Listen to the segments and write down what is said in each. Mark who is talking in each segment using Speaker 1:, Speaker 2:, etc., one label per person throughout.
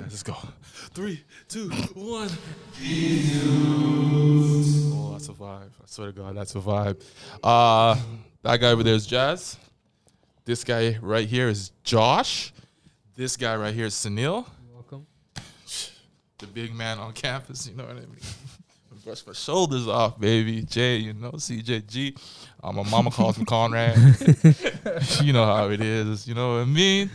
Speaker 1: Let's go. Three, two, one. Oh, I survived. I swear to God, I survived. Uh, that guy over there is Jazz. This guy right here is Josh. This guy right here is Sunil,
Speaker 2: Welcome.
Speaker 1: the big man on campus. You know what I mean? Brush my shoulders off, baby. Jay, you know, CJG. Uh, my mama calls me Conrad. you know how it is. You know what I mean?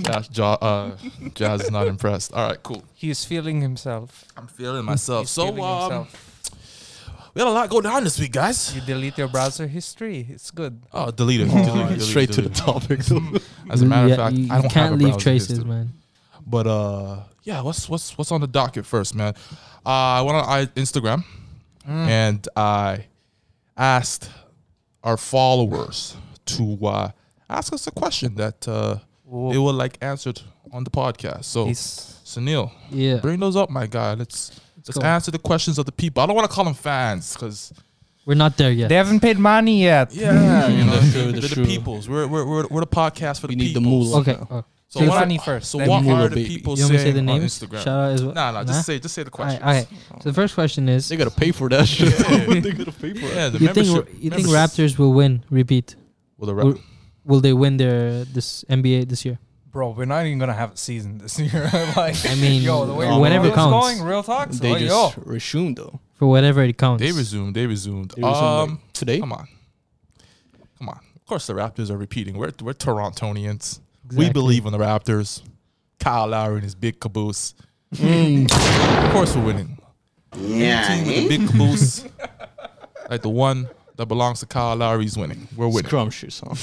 Speaker 1: Josh, jo- uh, Jazz is not impressed. All right, cool.
Speaker 2: He's feeling himself.
Speaker 1: I'm feeling myself.
Speaker 2: He's
Speaker 1: so
Speaker 2: feeling
Speaker 1: um,
Speaker 2: himself.
Speaker 1: we had a lot go down this week, guys.
Speaker 2: You delete your browser history. It's good.
Speaker 1: Oh, delete it. Delete it,
Speaker 3: Straight to the
Speaker 1: delete it.
Speaker 3: topic.
Speaker 1: As a matter of fact,
Speaker 4: you,
Speaker 1: I don't
Speaker 4: can't
Speaker 1: have a
Speaker 4: leave
Speaker 1: browser
Speaker 4: traces,
Speaker 1: history.
Speaker 4: man.
Speaker 1: But uh, yeah, what's what's what's on the docket first, man? Uh, I went on I, Instagram and I asked our followers to uh, ask us a question that uh,
Speaker 2: Whoa.
Speaker 1: they will like answered on the podcast. So,
Speaker 2: He's
Speaker 1: Sunil,
Speaker 4: Yeah.
Speaker 1: bring those up, my guy. Let's let's,
Speaker 4: go.
Speaker 1: answer the questions of the people. I don't want to call them fans because
Speaker 4: We're not there yet.
Speaker 2: they haven't paid money yet.
Speaker 1: yeah, you know,
Speaker 3: That's true,
Speaker 1: we're
Speaker 3: that's
Speaker 1: the
Speaker 3: true.
Speaker 1: peoples. We're we're we're, we're the podcast for
Speaker 3: We
Speaker 1: the
Speaker 3: need the
Speaker 1: peoples.
Speaker 3: moolah.
Speaker 4: okay. okay.
Speaker 1: So
Speaker 4: Say
Speaker 1: what
Speaker 2: funny
Speaker 1: are-
Speaker 2: first,
Speaker 1: So
Speaker 2: then
Speaker 1: what
Speaker 3: Moolah
Speaker 1: are the
Speaker 3: baby.
Speaker 1: people
Speaker 4: You want me to
Speaker 1: saying
Speaker 4: say the
Speaker 1: on
Speaker 4: names?
Speaker 1: Instagram?
Speaker 4: Shout out as well.
Speaker 1: Nah, nah,
Speaker 4: Nah?
Speaker 1: just say just say the questions.
Speaker 4: Alright, okay. So the first question is:
Speaker 3: they gotta pay for that shit. they gotta pay for that.
Speaker 1: Yeah, the
Speaker 4: You think
Speaker 1: membership.
Speaker 4: you think
Speaker 1: membership.
Speaker 4: Raptors will win? Repeat.
Speaker 1: Well, the
Speaker 4: Well,
Speaker 1: Raptors.
Speaker 4: Will they win their this NBA this year?
Speaker 2: Bro, we're not even gonna have a season this year. like,
Speaker 4: I mean,
Speaker 2: yo, the way
Speaker 3: No. whenever
Speaker 2: it's
Speaker 4: counts.
Speaker 2: going, real talk. So,
Speaker 3: They
Speaker 1: Oh,
Speaker 2: like, yo,
Speaker 3: just resumed though.
Speaker 4: For whatever it counts.
Speaker 1: They resumed. They resumed.
Speaker 3: They resumed, like,
Speaker 1: um,
Speaker 3: today.
Speaker 1: come on, come on. Of course, the Raptors are repeating. We're we're Torontonians. We
Speaker 4: Exactly.
Speaker 1: believe in the Raptors. Kyle Lowry and his big caboose.
Speaker 3: Mm.
Speaker 1: Of course, we're winning. Yeah, with the big caboose, like the one that belongs to Kyle Lowry's winning. We're winning.
Speaker 3: Scrumptious, huh?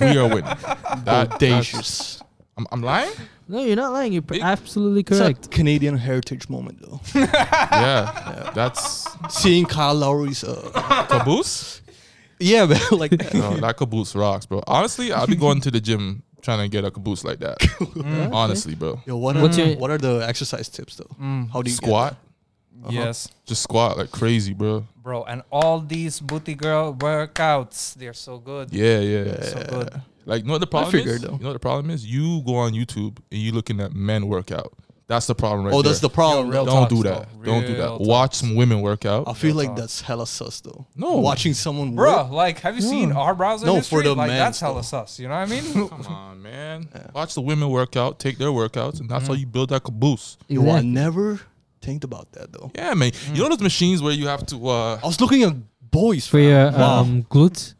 Speaker 1: we are winning. That, that's,
Speaker 3: Audacious.
Speaker 1: I'm, I'm lying.
Speaker 4: No, you're not lying. You're pr-
Speaker 1: Big-
Speaker 4: absolutely
Speaker 3: It's a
Speaker 4: correct.
Speaker 3: Canadian heritage moment though.
Speaker 1: Yeah, that's
Speaker 3: Seeing Kyle Lowry's, uh,
Speaker 1: caboose.
Speaker 3: yeah, man, like that.
Speaker 1: No, that caboose rocks, bro. Honestly, I'll be going to the gym trying to get a caboose like that. Honestly, bro.
Speaker 3: Yo, what are
Speaker 4: What's your-
Speaker 3: what are the exercise tips though? How do you get
Speaker 1: Mm, Squat.
Speaker 2: yes,
Speaker 1: Just squat like crazy, bro.
Speaker 2: bro, and all these booty girl workouts, they're so good.
Speaker 1: Yeah, yeah.
Speaker 2: So good.
Speaker 1: Like, you know what the problem
Speaker 3: figured,
Speaker 1: is?
Speaker 3: though.
Speaker 1: You know what the problem is? You go on YouTube and you looking at men workout. That's the problem right
Speaker 3: oh, that's
Speaker 1: there.
Speaker 3: the problem.
Speaker 2: Yo, real
Speaker 3: though.
Speaker 1: Don't
Speaker 2: talk,
Speaker 1: do
Speaker 2: bro.
Speaker 1: that. Don't do
Speaker 2: Real
Speaker 1: that. Watch some women
Speaker 3: I
Speaker 1: workout.
Speaker 3: feel
Speaker 2: Real
Speaker 3: like
Speaker 2: talk.
Speaker 3: that's hella sus though.
Speaker 1: No.
Speaker 3: watching someone
Speaker 2: Bro,
Speaker 3: work.
Speaker 2: like, have you
Speaker 1: Hmm.
Speaker 2: seen our browser
Speaker 3: No, for
Speaker 2: history?
Speaker 3: the
Speaker 2: like,
Speaker 3: mans,
Speaker 2: that's hella
Speaker 3: though.
Speaker 2: sus. You know what I mean?
Speaker 1: Come on, man. Watch the women workout. Take their workouts, and that's
Speaker 2: Mm-hmm.
Speaker 1: how you build that caboose.
Speaker 3: Yo, I
Speaker 4: Exactly.
Speaker 3: never think about that though.
Speaker 1: Yeah, man. You
Speaker 2: Mm.
Speaker 1: know those machines where you have to uh,
Speaker 3: I was looking at boys
Speaker 4: For
Speaker 3: fam.
Speaker 4: your
Speaker 3: Wow.
Speaker 4: um, glutes.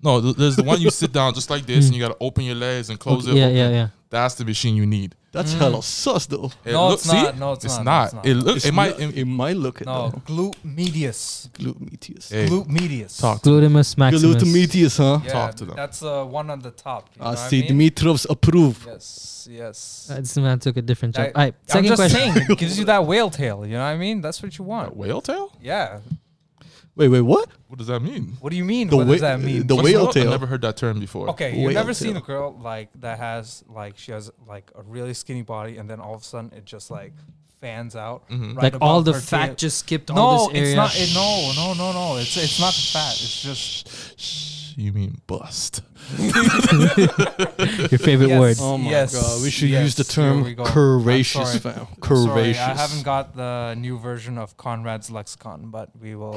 Speaker 1: No, th- there's the one you sit down just like this,
Speaker 2: Mm.
Speaker 1: and you gotta open your legs and close it.
Speaker 4: Yeah, yeah, yeah.
Speaker 1: That's the machine you need.
Speaker 3: That's hella sus though.
Speaker 1: Mm. It
Speaker 2: No,
Speaker 1: look-
Speaker 2: it's not. No, it's not. No, it's not.
Speaker 1: It looks.
Speaker 3: It's
Speaker 1: It might.
Speaker 3: not- it,
Speaker 1: It,
Speaker 3: might look at
Speaker 2: no,
Speaker 3: no.
Speaker 2: glute medius.
Speaker 3: gluteus.
Speaker 1: hey,
Speaker 2: Glute medius.
Speaker 1: talk.
Speaker 4: Glutimus maximus.
Speaker 3: Gluteus, huh?
Speaker 2: Yeah,
Speaker 1: Talk to them.
Speaker 2: That's uh, one on the top. You know
Speaker 3: I
Speaker 2: what
Speaker 3: see
Speaker 2: mean?
Speaker 3: Dimitrov's approve.
Speaker 2: Yes, yes.
Speaker 4: Uh, This man took a different job.
Speaker 2: That-
Speaker 4: All right,
Speaker 2: I'm
Speaker 4: second
Speaker 2: just
Speaker 4: question.
Speaker 2: saying, it gives you that whale tail. You know what I mean? That's what you
Speaker 1: A
Speaker 2: want.
Speaker 1: whale tail?
Speaker 2: Yeah.
Speaker 3: Wait, wait, what?
Speaker 1: What does that mean?
Speaker 2: What do you mean?
Speaker 3: The
Speaker 2: what
Speaker 3: whale-
Speaker 2: does that mean?
Speaker 3: the
Speaker 1: What's
Speaker 3: whale
Speaker 1: that?
Speaker 3: tail.
Speaker 1: I never heard that term before.
Speaker 2: okay, you've
Speaker 3: whale
Speaker 2: never seen a
Speaker 3: tail.
Speaker 2: girl like that has like she has like a really skinny body, and then all of a sudden it just like fans out.
Speaker 3: Mm-hmm.
Speaker 2: right
Speaker 4: Like all
Speaker 2: above
Speaker 4: the
Speaker 2: her
Speaker 4: fat
Speaker 2: tail.
Speaker 4: just skipped all
Speaker 2: No,
Speaker 4: this area.
Speaker 2: it's not. It, no, no, no, no. It's it's not the fat. It's just
Speaker 1: You mean bust?
Speaker 4: Your favorite
Speaker 2: Yes.
Speaker 4: word.
Speaker 2: Oh my Yes, God,
Speaker 3: we should use the
Speaker 2: yes, here
Speaker 3: term
Speaker 2: we go. I'm sorry.
Speaker 3: curvaceous, fam.
Speaker 2: Sorry,
Speaker 3: Curvaceous.
Speaker 2: I haven't got the new version of Conrad's lexicon, but we will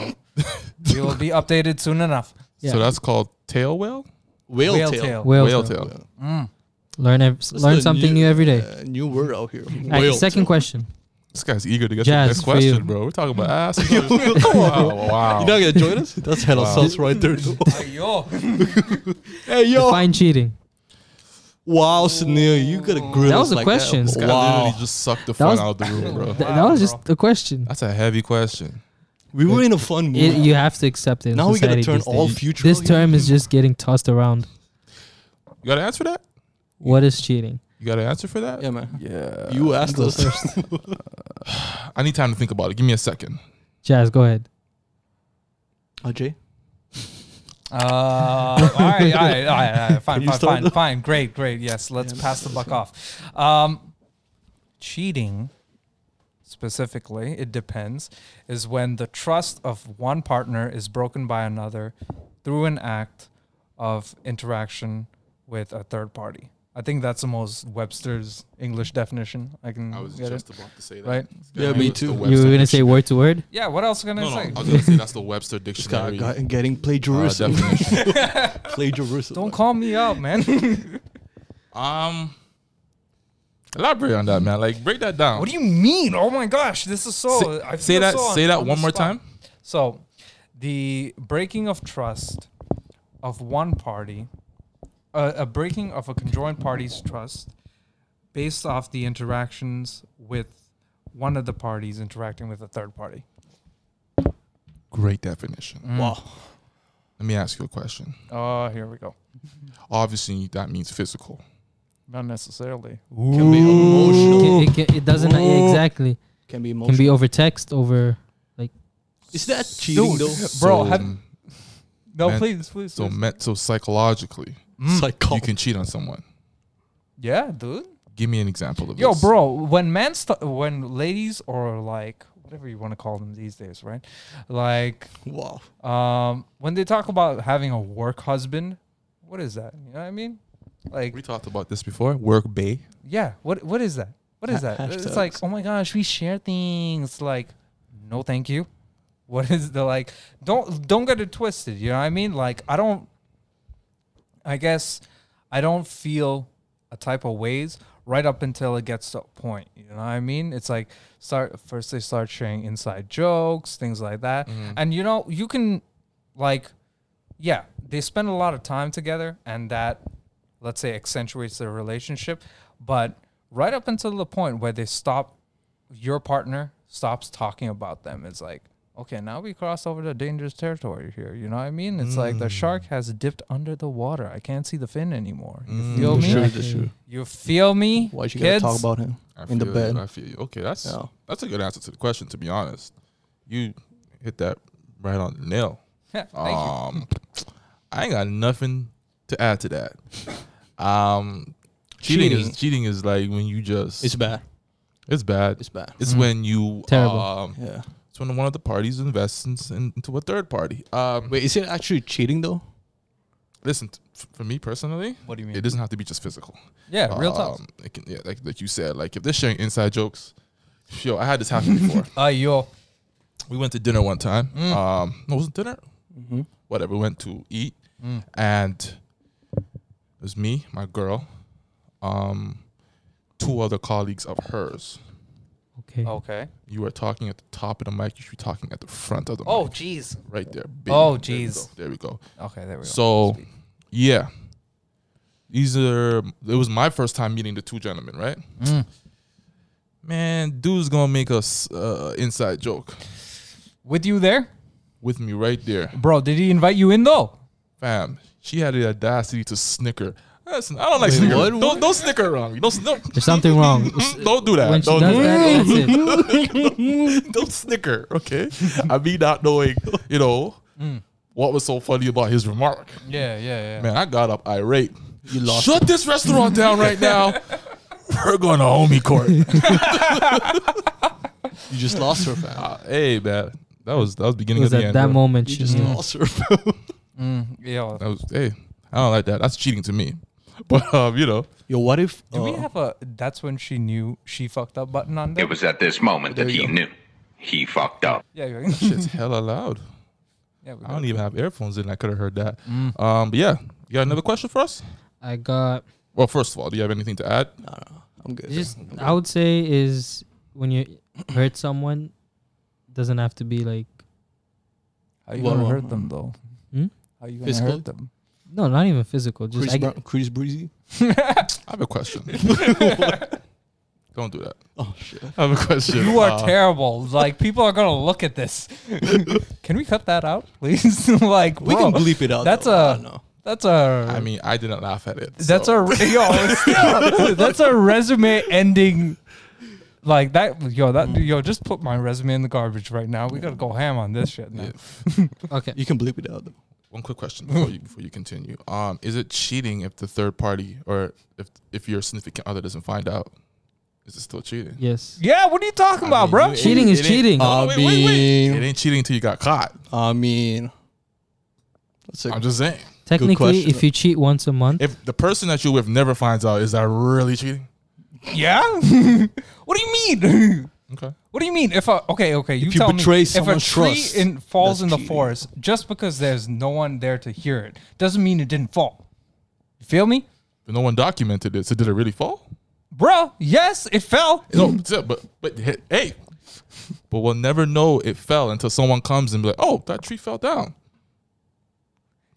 Speaker 2: we will be updated soon enough.
Speaker 4: Yeah.
Speaker 1: So that's called tail whale.
Speaker 3: whale,
Speaker 2: Whale
Speaker 3: tail.
Speaker 2: tail. Mm.
Speaker 4: Whale,
Speaker 1: Whale
Speaker 4: tail.
Speaker 1: tail.
Speaker 4: Learn ev-
Speaker 3: That's
Speaker 4: learn
Speaker 3: the
Speaker 4: something new, every day.
Speaker 3: uh, new word out here.
Speaker 4: All right, second question.
Speaker 1: This guy's eager to get
Speaker 4: Jazz,
Speaker 1: to the next
Speaker 4: it's for you.
Speaker 1: question, bro. We're talking about ass. We're talking-
Speaker 3: question. Come on,
Speaker 1: wow,
Speaker 3: bro.
Speaker 1: wow.
Speaker 3: You're not gonna join us? That's hella
Speaker 1: Wow.
Speaker 3: sus right there. though.
Speaker 2: Ayo.
Speaker 3: hey yo!
Speaker 4: Define cheating.
Speaker 3: Wow, Sunil, you gotta grill.
Speaker 4: That
Speaker 3: us
Speaker 4: was a
Speaker 3: like
Speaker 4: question.
Speaker 3: That.
Speaker 1: this guy
Speaker 3: Wow,
Speaker 1: literally just sucked the fun
Speaker 4: was-
Speaker 1: out of the room, bro.
Speaker 4: Th-
Speaker 2: Wow,
Speaker 4: that was
Speaker 2: bro.
Speaker 4: just a question.
Speaker 1: That's a heavy question.
Speaker 3: we were in a fun mood.
Speaker 4: It, you have to accept it. in
Speaker 3: now we gotta
Speaker 4: society
Speaker 3: turn
Speaker 4: these
Speaker 3: all
Speaker 4: days.
Speaker 3: future.
Speaker 4: This term is just getting tossed around.
Speaker 1: You got to answer that.
Speaker 4: What is cheating?
Speaker 1: You got to answer for that.
Speaker 3: Yeah, man.
Speaker 1: Yeah.
Speaker 3: You asked
Speaker 4: Go
Speaker 3: us.
Speaker 4: first.
Speaker 1: I need time to think about it. Give me a second.
Speaker 4: Jazz, go ahead.
Speaker 3: Ajay,
Speaker 2: Uh, all right, all right, all right, all right, fine,
Speaker 3: you
Speaker 2: fine,
Speaker 3: start
Speaker 2: fine, fine. Great, great. Yes, let's pass the buck off. Um, cheating, specifically, it depends, is when the trust of one partner is broken by another through an act of interaction with a third party. I think that's the most Webster's English definition I can
Speaker 1: I was
Speaker 2: get
Speaker 1: just
Speaker 2: it.
Speaker 1: about to say that.
Speaker 2: Right?
Speaker 3: Yeah, me too.
Speaker 4: You were gonna say word to word.
Speaker 2: Yeah, what else can I
Speaker 1: No, no, I
Speaker 2: say?
Speaker 1: was gonna say that's the Webster
Speaker 3: This guy
Speaker 1: dictionary.
Speaker 3: got, getting
Speaker 1: uh,
Speaker 3: plagiarism.
Speaker 1: definition.
Speaker 3: plagiarism.
Speaker 2: Don't call me out, man.
Speaker 1: um, elaborate on that, man. Like, break that down.
Speaker 2: what do you mean? Oh my gosh, this is so.
Speaker 1: Say-
Speaker 2: I
Speaker 1: say
Speaker 2: feel
Speaker 1: that-
Speaker 2: so on-
Speaker 1: say that
Speaker 2: on
Speaker 1: one
Speaker 2: the
Speaker 1: more
Speaker 2: spot.
Speaker 1: time.
Speaker 2: So, the breaking of trust of one party, uh, a breaking of a conjoined party's trust, based off the interactions with one of the parties interacting with a third party.
Speaker 1: Great definition.
Speaker 2: Mm.
Speaker 3: Wow.
Speaker 1: Let me ask you a question.
Speaker 2: Oh, here we go.
Speaker 1: Obviously, that means physical.
Speaker 2: Not necessarily.
Speaker 3: Can be emotional.
Speaker 4: It, can, it doesn't yeah,
Speaker 3: Ooh.
Speaker 4: exactly.
Speaker 3: Can be
Speaker 4: Can
Speaker 3: emotional.
Speaker 4: be over text, over
Speaker 3: Is that cheating
Speaker 2: Dude.
Speaker 3: though?
Speaker 1: so,
Speaker 2: Bro, have- No,
Speaker 1: Man,
Speaker 2: please, please.
Speaker 1: so
Speaker 2: please.
Speaker 1: meant so psychologically,
Speaker 2: Mm.
Speaker 3: Psycho-
Speaker 1: you can cheat on someone.
Speaker 2: yeah, dude.
Speaker 1: Give me an example of
Speaker 2: Yo,
Speaker 1: this.
Speaker 2: bro, when men, st- when ladies or like whatever you want to call them these days, right? Like,
Speaker 3: Wow.
Speaker 2: um, when they talk about having a work husband, what is that? You know what I mean? Like,
Speaker 1: We talked about this before. Work bay.
Speaker 2: yeah, what what is that? What is that? It's like,
Speaker 3: hashtags.
Speaker 2: oh my gosh, we share things. Like, no, thank you. What is the like? Don't don't get it twisted. You know what I mean? Like, I don't. I guess I don't feel a type of ways right up until it gets to a point. You know what I mean? It's like start first they start sharing inside jokes, things like that, and you know you can like, yeah, they spend a lot of time together, and that let's say accentuates their relationship, but right up until the point where they stop, your partner stops talking about them. It's like. Okay, now we cross over to dangerous territory here. You know what I mean? It's like
Speaker 3: Mm.
Speaker 2: the shark has dipped under the water. I can't see the fin anymore. You feel me?
Speaker 3: Mm, Sure,
Speaker 4: Exactly.
Speaker 3: sure.
Speaker 2: You feel me?
Speaker 3: Why you
Speaker 2: kids?
Speaker 3: gotta talk about him?
Speaker 1: I
Speaker 3: In the
Speaker 1: feel
Speaker 3: bed.
Speaker 1: You, I feel you. Okay, that's
Speaker 3: Yeah.
Speaker 1: that's a good answer to the question. To be honest, you hit that right on the nail.
Speaker 2: Yeah, Thank
Speaker 3: Ah.
Speaker 2: you.
Speaker 1: Um, I ain't got nothing to add to that. Um, cheating,
Speaker 3: Cheating.
Speaker 1: is cheating is like when you just
Speaker 3: It's
Speaker 1: it's,
Speaker 3: bad.
Speaker 1: bad. It's,
Speaker 3: It's bad.
Speaker 2: Mm.
Speaker 1: when you
Speaker 4: Terrible.
Speaker 1: Um,
Speaker 3: Yeah.
Speaker 1: it's when one of the parties invests in- in- into a third party. Um,
Speaker 3: Wait, is it actually cheating though?
Speaker 1: listen, t- f- for me personally,
Speaker 2: What do you mean?
Speaker 1: it doesn't have to be just physical.
Speaker 2: yeah, real talk.
Speaker 1: Um, it can, yeah, like like you said, like if they're sharing inside jokes. Yo, I had this happen before.
Speaker 2: Ah, yo.
Speaker 1: we went to dinner one time.
Speaker 2: Mm.
Speaker 1: Um, no, it was it dinner?
Speaker 3: Mm-hmm.
Speaker 1: Whatever. We went to eat,
Speaker 2: Mm.
Speaker 1: and it was me, my girl, um, two other colleagues of hers.
Speaker 4: okay.
Speaker 3: Oh.
Speaker 2: Okay.
Speaker 1: You were talking at the top of the mic. You should be talking at the front of the
Speaker 2: Oh,
Speaker 1: mic,
Speaker 2: jeez.
Speaker 1: right there. baby.
Speaker 2: Oh,
Speaker 1: There we
Speaker 2: jeez.
Speaker 1: go, There we go.
Speaker 2: Okay, there we go.
Speaker 1: So,
Speaker 2: Sweet.
Speaker 1: yeah, these are. It was my first time meeting the two gentlemen, right?
Speaker 2: Mm.
Speaker 1: Man, dude's gonna make us uh, inside joke
Speaker 2: With you there?
Speaker 1: with me right there.
Speaker 2: Bro, did he invite you in though?
Speaker 1: Fam, she had the audacity to snicker. Listen, I don't like
Speaker 3: Wait,
Speaker 1: snicker.
Speaker 3: what?
Speaker 1: Don't don't snicker around me. Don't sn- don't,
Speaker 4: There's something wrong.
Speaker 1: don't do that.
Speaker 4: When she
Speaker 1: don't,
Speaker 4: does that, that's it.
Speaker 1: don't snicker. Okay, I be not knowing, you know,
Speaker 3: Mm.
Speaker 1: what was so funny about his remark.
Speaker 2: Yeah, yeah,
Speaker 1: Man, I got up irate.
Speaker 3: You lost.
Speaker 1: Shut this restaurant down right now. We're going to homie court.
Speaker 3: You just lost her, fam.
Speaker 1: Uh, hey man, that was that was
Speaker 4: It
Speaker 1: beginning
Speaker 4: was
Speaker 1: of the
Speaker 4: at
Speaker 1: end.
Speaker 4: that
Speaker 1: bro.
Speaker 4: moment
Speaker 3: You
Speaker 4: she
Speaker 3: just
Speaker 4: knew.
Speaker 3: lost her, fam.
Speaker 2: Mm, Yo,
Speaker 1: That was hey, I don't like that. That's cheating to me. But um, you know,
Speaker 3: Yo, what if?
Speaker 2: do
Speaker 1: Oh.
Speaker 2: we
Speaker 3: uh,
Speaker 2: have a that's when she knew she fucked up button on there?
Speaker 5: It was at this moment that he knew he fucked up.
Speaker 2: yeah, yeah,
Speaker 1: shit's hella loud.
Speaker 2: yeah. we
Speaker 1: I
Speaker 2: got
Speaker 1: don't
Speaker 2: it.
Speaker 1: even have earphones in. I could have heard that.
Speaker 2: Mm.
Speaker 1: Um, but yeah, you got another question for us?
Speaker 4: I got
Speaker 1: Well, first of all, do you have anything to add?
Speaker 3: I'm good.
Speaker 4: just I would say is when you hurt someone doesn't have to be like
Speaker 2: How you
Speaker 3: Well,
Speaker 2: gonna
Speaker 3: well,
Speaker 2: hurt them though?
Speaker 4: Hmm?
Speaker 2: How you gonna
Speaker 3: Physical?
Speaker 2: hurt them?
Speaker 4: no, not even physical. Just
Speaker 3: Chris,
Speaker 4: I,
Speaker 3: Brown, Chris Breezy.
Speaker 1: I have a question. don't do that.
Speaker 3: Oh shit.
Speaker 1: I have a question.
Speaker 2: You are
Speaker 1: Uh,
Speaker 2: terrible. Like people are gonna look at this. Can we cut that out, please? like
Speaker 3: We
Speaker 2: bro,
Speaker 3: can bleep it out.
Speaker 2: that's
Speaker 3: though. I
Speaker 2: a-
Speaker 3: don't know.
Speaker 2: That's a
Speaker 1: I mean, I didn't laugh at it.
Speaker 2: That's
Speaker 1: so-
Speaker 2: a yo. that's a resume ending. Like that, yo. That
Speaker 1: Mm.
Speaker 2: yo. Just put my resume in the garbage right now. We gotta go ham on this shit. Now.
Speaker 1: Yeah.
Speaker 4: okay.
Speaker 3: You can bleep it out. Though.
Speaker 1: one quick question before you before you continue. Um, is it cheating if the third party or if if your significant other doesn't find out? Is it still cheating?
Speaker 4: Yes.
Speaker 2: Yeah, What are you talking
Speaker 1: I
Speaker 2: about,
Speaker 1: mean,
Speaker 2: bro?
Speaker 1: you-
Speaker 4: Cheating
Speaker 1: it ain't-
Speaker 4: is cheating.
Speaker 1: No, no,
Speaker 3: I
Speaker 1: wait, wait, wait.
Speaker 3: mean-
Speaker 1: It ain't cheating until you got caught.
Speaker 3: I mean, that's a
Speaker 1: I'm just saying.
Speaker 4: Technically,
Speaker 3: question,
Speaker 4: if you cheat once a month,
Speaker 1: If the person that you're with never finds out, is that really cheating?
Speaker 2: Yeah. what do you mean?
Speaker 1: Okay.
Speaker 2: What do you mean? If a okay, okay, you,
Speaker 3: you
Speaker 2: tell
Speaker 3: betray
Speaker 2: me
Speaker 3: someone's
Speaker 2: if a tree
Speaker 3: trust,
Speaker 2: in, falls in
Speaker 3: that's
Speaker 2: the
Speaker 3: cheating.
Speaker 2: forest, just because there's no one there to hear it, doesn't mean it didn't fall. You feel me,
Speaker 1: But no one documented it. So did it really fall?
Speaker 2: Bruh, Yes, it fell.
Speaker 1: No,
Speaker 4: Mm.
Speaker 1: but still, but but he- hey, but we'll never know it fell until someone comes and be like, "Oh, that tree fell down."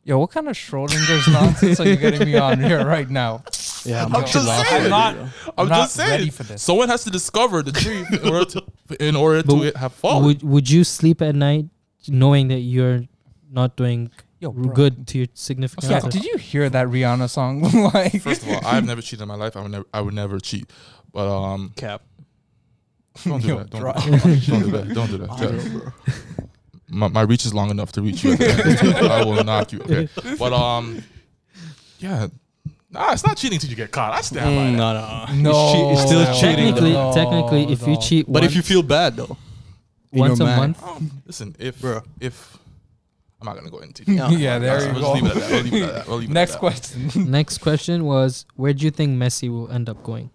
Speaker 2: Yo, what kind of Schrodinger's nonsense are you getting me on here right now?
Speaker 3: Yeah, I'm,
Speaker 1: I'm just saying.
Speaker 2: I'm not. I'm,
Speaker 1: I'm,
Speaker 2: not
Speaker 1: just saying.
Speaker 2: ready for this.
Speaker 1: Someone has to discover the tree in order to, in order
Speaker 4: But
Speaker 1: to it have fallen.
Speaker 4: would would you sleep at night knowing that you're not doing
Speaker 2: Yo,
Speaker 4: r-
Speaker 2: bro.
Speaker 4: good to your significant
Speaker 2: Yeah,
Speaker 4: other?
Speaker 2: did you hear that Rihanna song? like,
Speaker 1: First of all, I've never cheated in my life. I would never. I would never cheat. But um,
Speaker 3: cap.
Speaker 1: don't do
Speaker 2: Yo,
Speaker 1: that. Don't,
Speaker 2: dry.
Speaker 1: do that. don't do that. Don't do that. Yeah. My, my reach is long enough to reach you. at the end. I will knock you. Okay. But um, yeah. Nah, it's not cheating till you get caught. I stand by that.
Speaker 3: Mm, no, no.
Speaker 2: No.
Speaker 3: It's, still
Speaker 2: No.
Speaker 3: cheating.
Speaker 4: technically,
Speaker 3: though.
Speaker 2: No,
Speaker 4: technically, if you
Speaker 2: no.
Speaker 4: cheat,
Speaker 3: But if you
Speaker 4: once-
Speaker 3: feel bad though, in your
Speaker 4: once a
Speaker 3: mind-
Speaker 4: month,
Speaker 1: Um, listen, if
Speaker 3: Bro.
Speaker 1: if I'm not gonna go into
Speaker 3: Yeah.
Speaker 2: yeah,
Speaker 1: We'll
Speaker 2: there you
Speaker 1: just leave it
Speaker 2: go.
Speaker 1: at that. We'll leave it at that. We'll leave it at
Speaker 2: Next
Speaker 1: that.
Speaker 2: question.
Speaker 4: next question was where do you think Messi will end up going?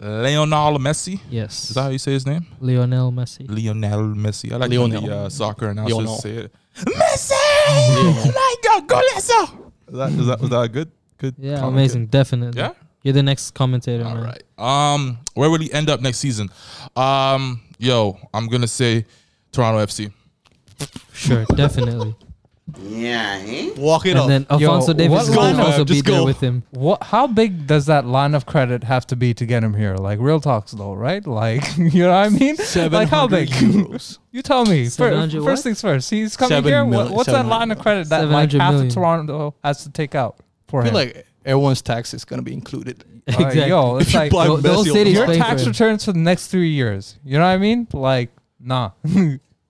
Speaker 1: Leonel Messi.
Speaker 4: Yes,
Speaker 1: Is that how you say his name?
Speaker 4: Lionel Messi.
Speaker 1: Lionel Messi. I like when the
Speaker 3: Lionel.
Speaker 1: uh, soccer announcers
Speaker 3: Lionel.
Speaker 1: say it. Messi! Oh my God, golazo! Is that, is that, was that a good, good?
Speaker 4: Yeah,
Speaker 1: comment?
Speaker 4: amazing, definitely.
Speaker 1: Yeah?
Speaker 4: You're the next commentator.
Speaker 1: All
Speaker 4: man.
Speaker 1: right. Um, where will he end up next season? Um, yo, I'm gonna say Toronto FC.
Speaker 4: Sure, definitely.
Speaker 3: walk it
Speaker 4: and
Speaker 3: up.
Speaker 4: then Alfonso
Speaker 2: what
Speaker 4: Davis will
Speaker 2: lineup?
Speaker 4: also be
Speaker 3: Just
Speaker 4: there
Speaker 3: go.
Speaker 4: with him.
Speaker 2: What? How big does that line of credit have to be to get him here? Like real talks, though, right? Like you know what I mean? Like how big?
Speaker 3: 700 euros.
Speaker 2: You tell me. Fir-
Speaker 4: 700
Speaker 2: First,
Speaker 4: what?
Speaker 2: things first. He's coming
Speaker 3: Seven
Speaker 2: here.
Speaker 3: mil-
Speaker 2: What, what's that
Speaker 3: 700
Speaker 2: line of credit that like
Speaker 4: 700
Speaker 2: half
Speaker 4: million.
Speaker 2: of Toronto has to take out for
Speaker 3: I feel
Speaker 2: him?
Speaker 3: like everyone's tax is gonna be included.
Speaker 2: Like,
Speaker 4: exactly.
Speaker 2: yo, it's
Speaker 3: If you
Speaker 2: like
Speaker 3: buy
Speaker 4: The- the whole
Speaker 3: Messi on
Speaker 4: city's
Speaker 3: the
Speaker 2: your
Speaker 4: paying for
Speaker 2: tax
Speaker 4: him.
Speaker 2: returns for the next three years. You know what I mean? Like, nah.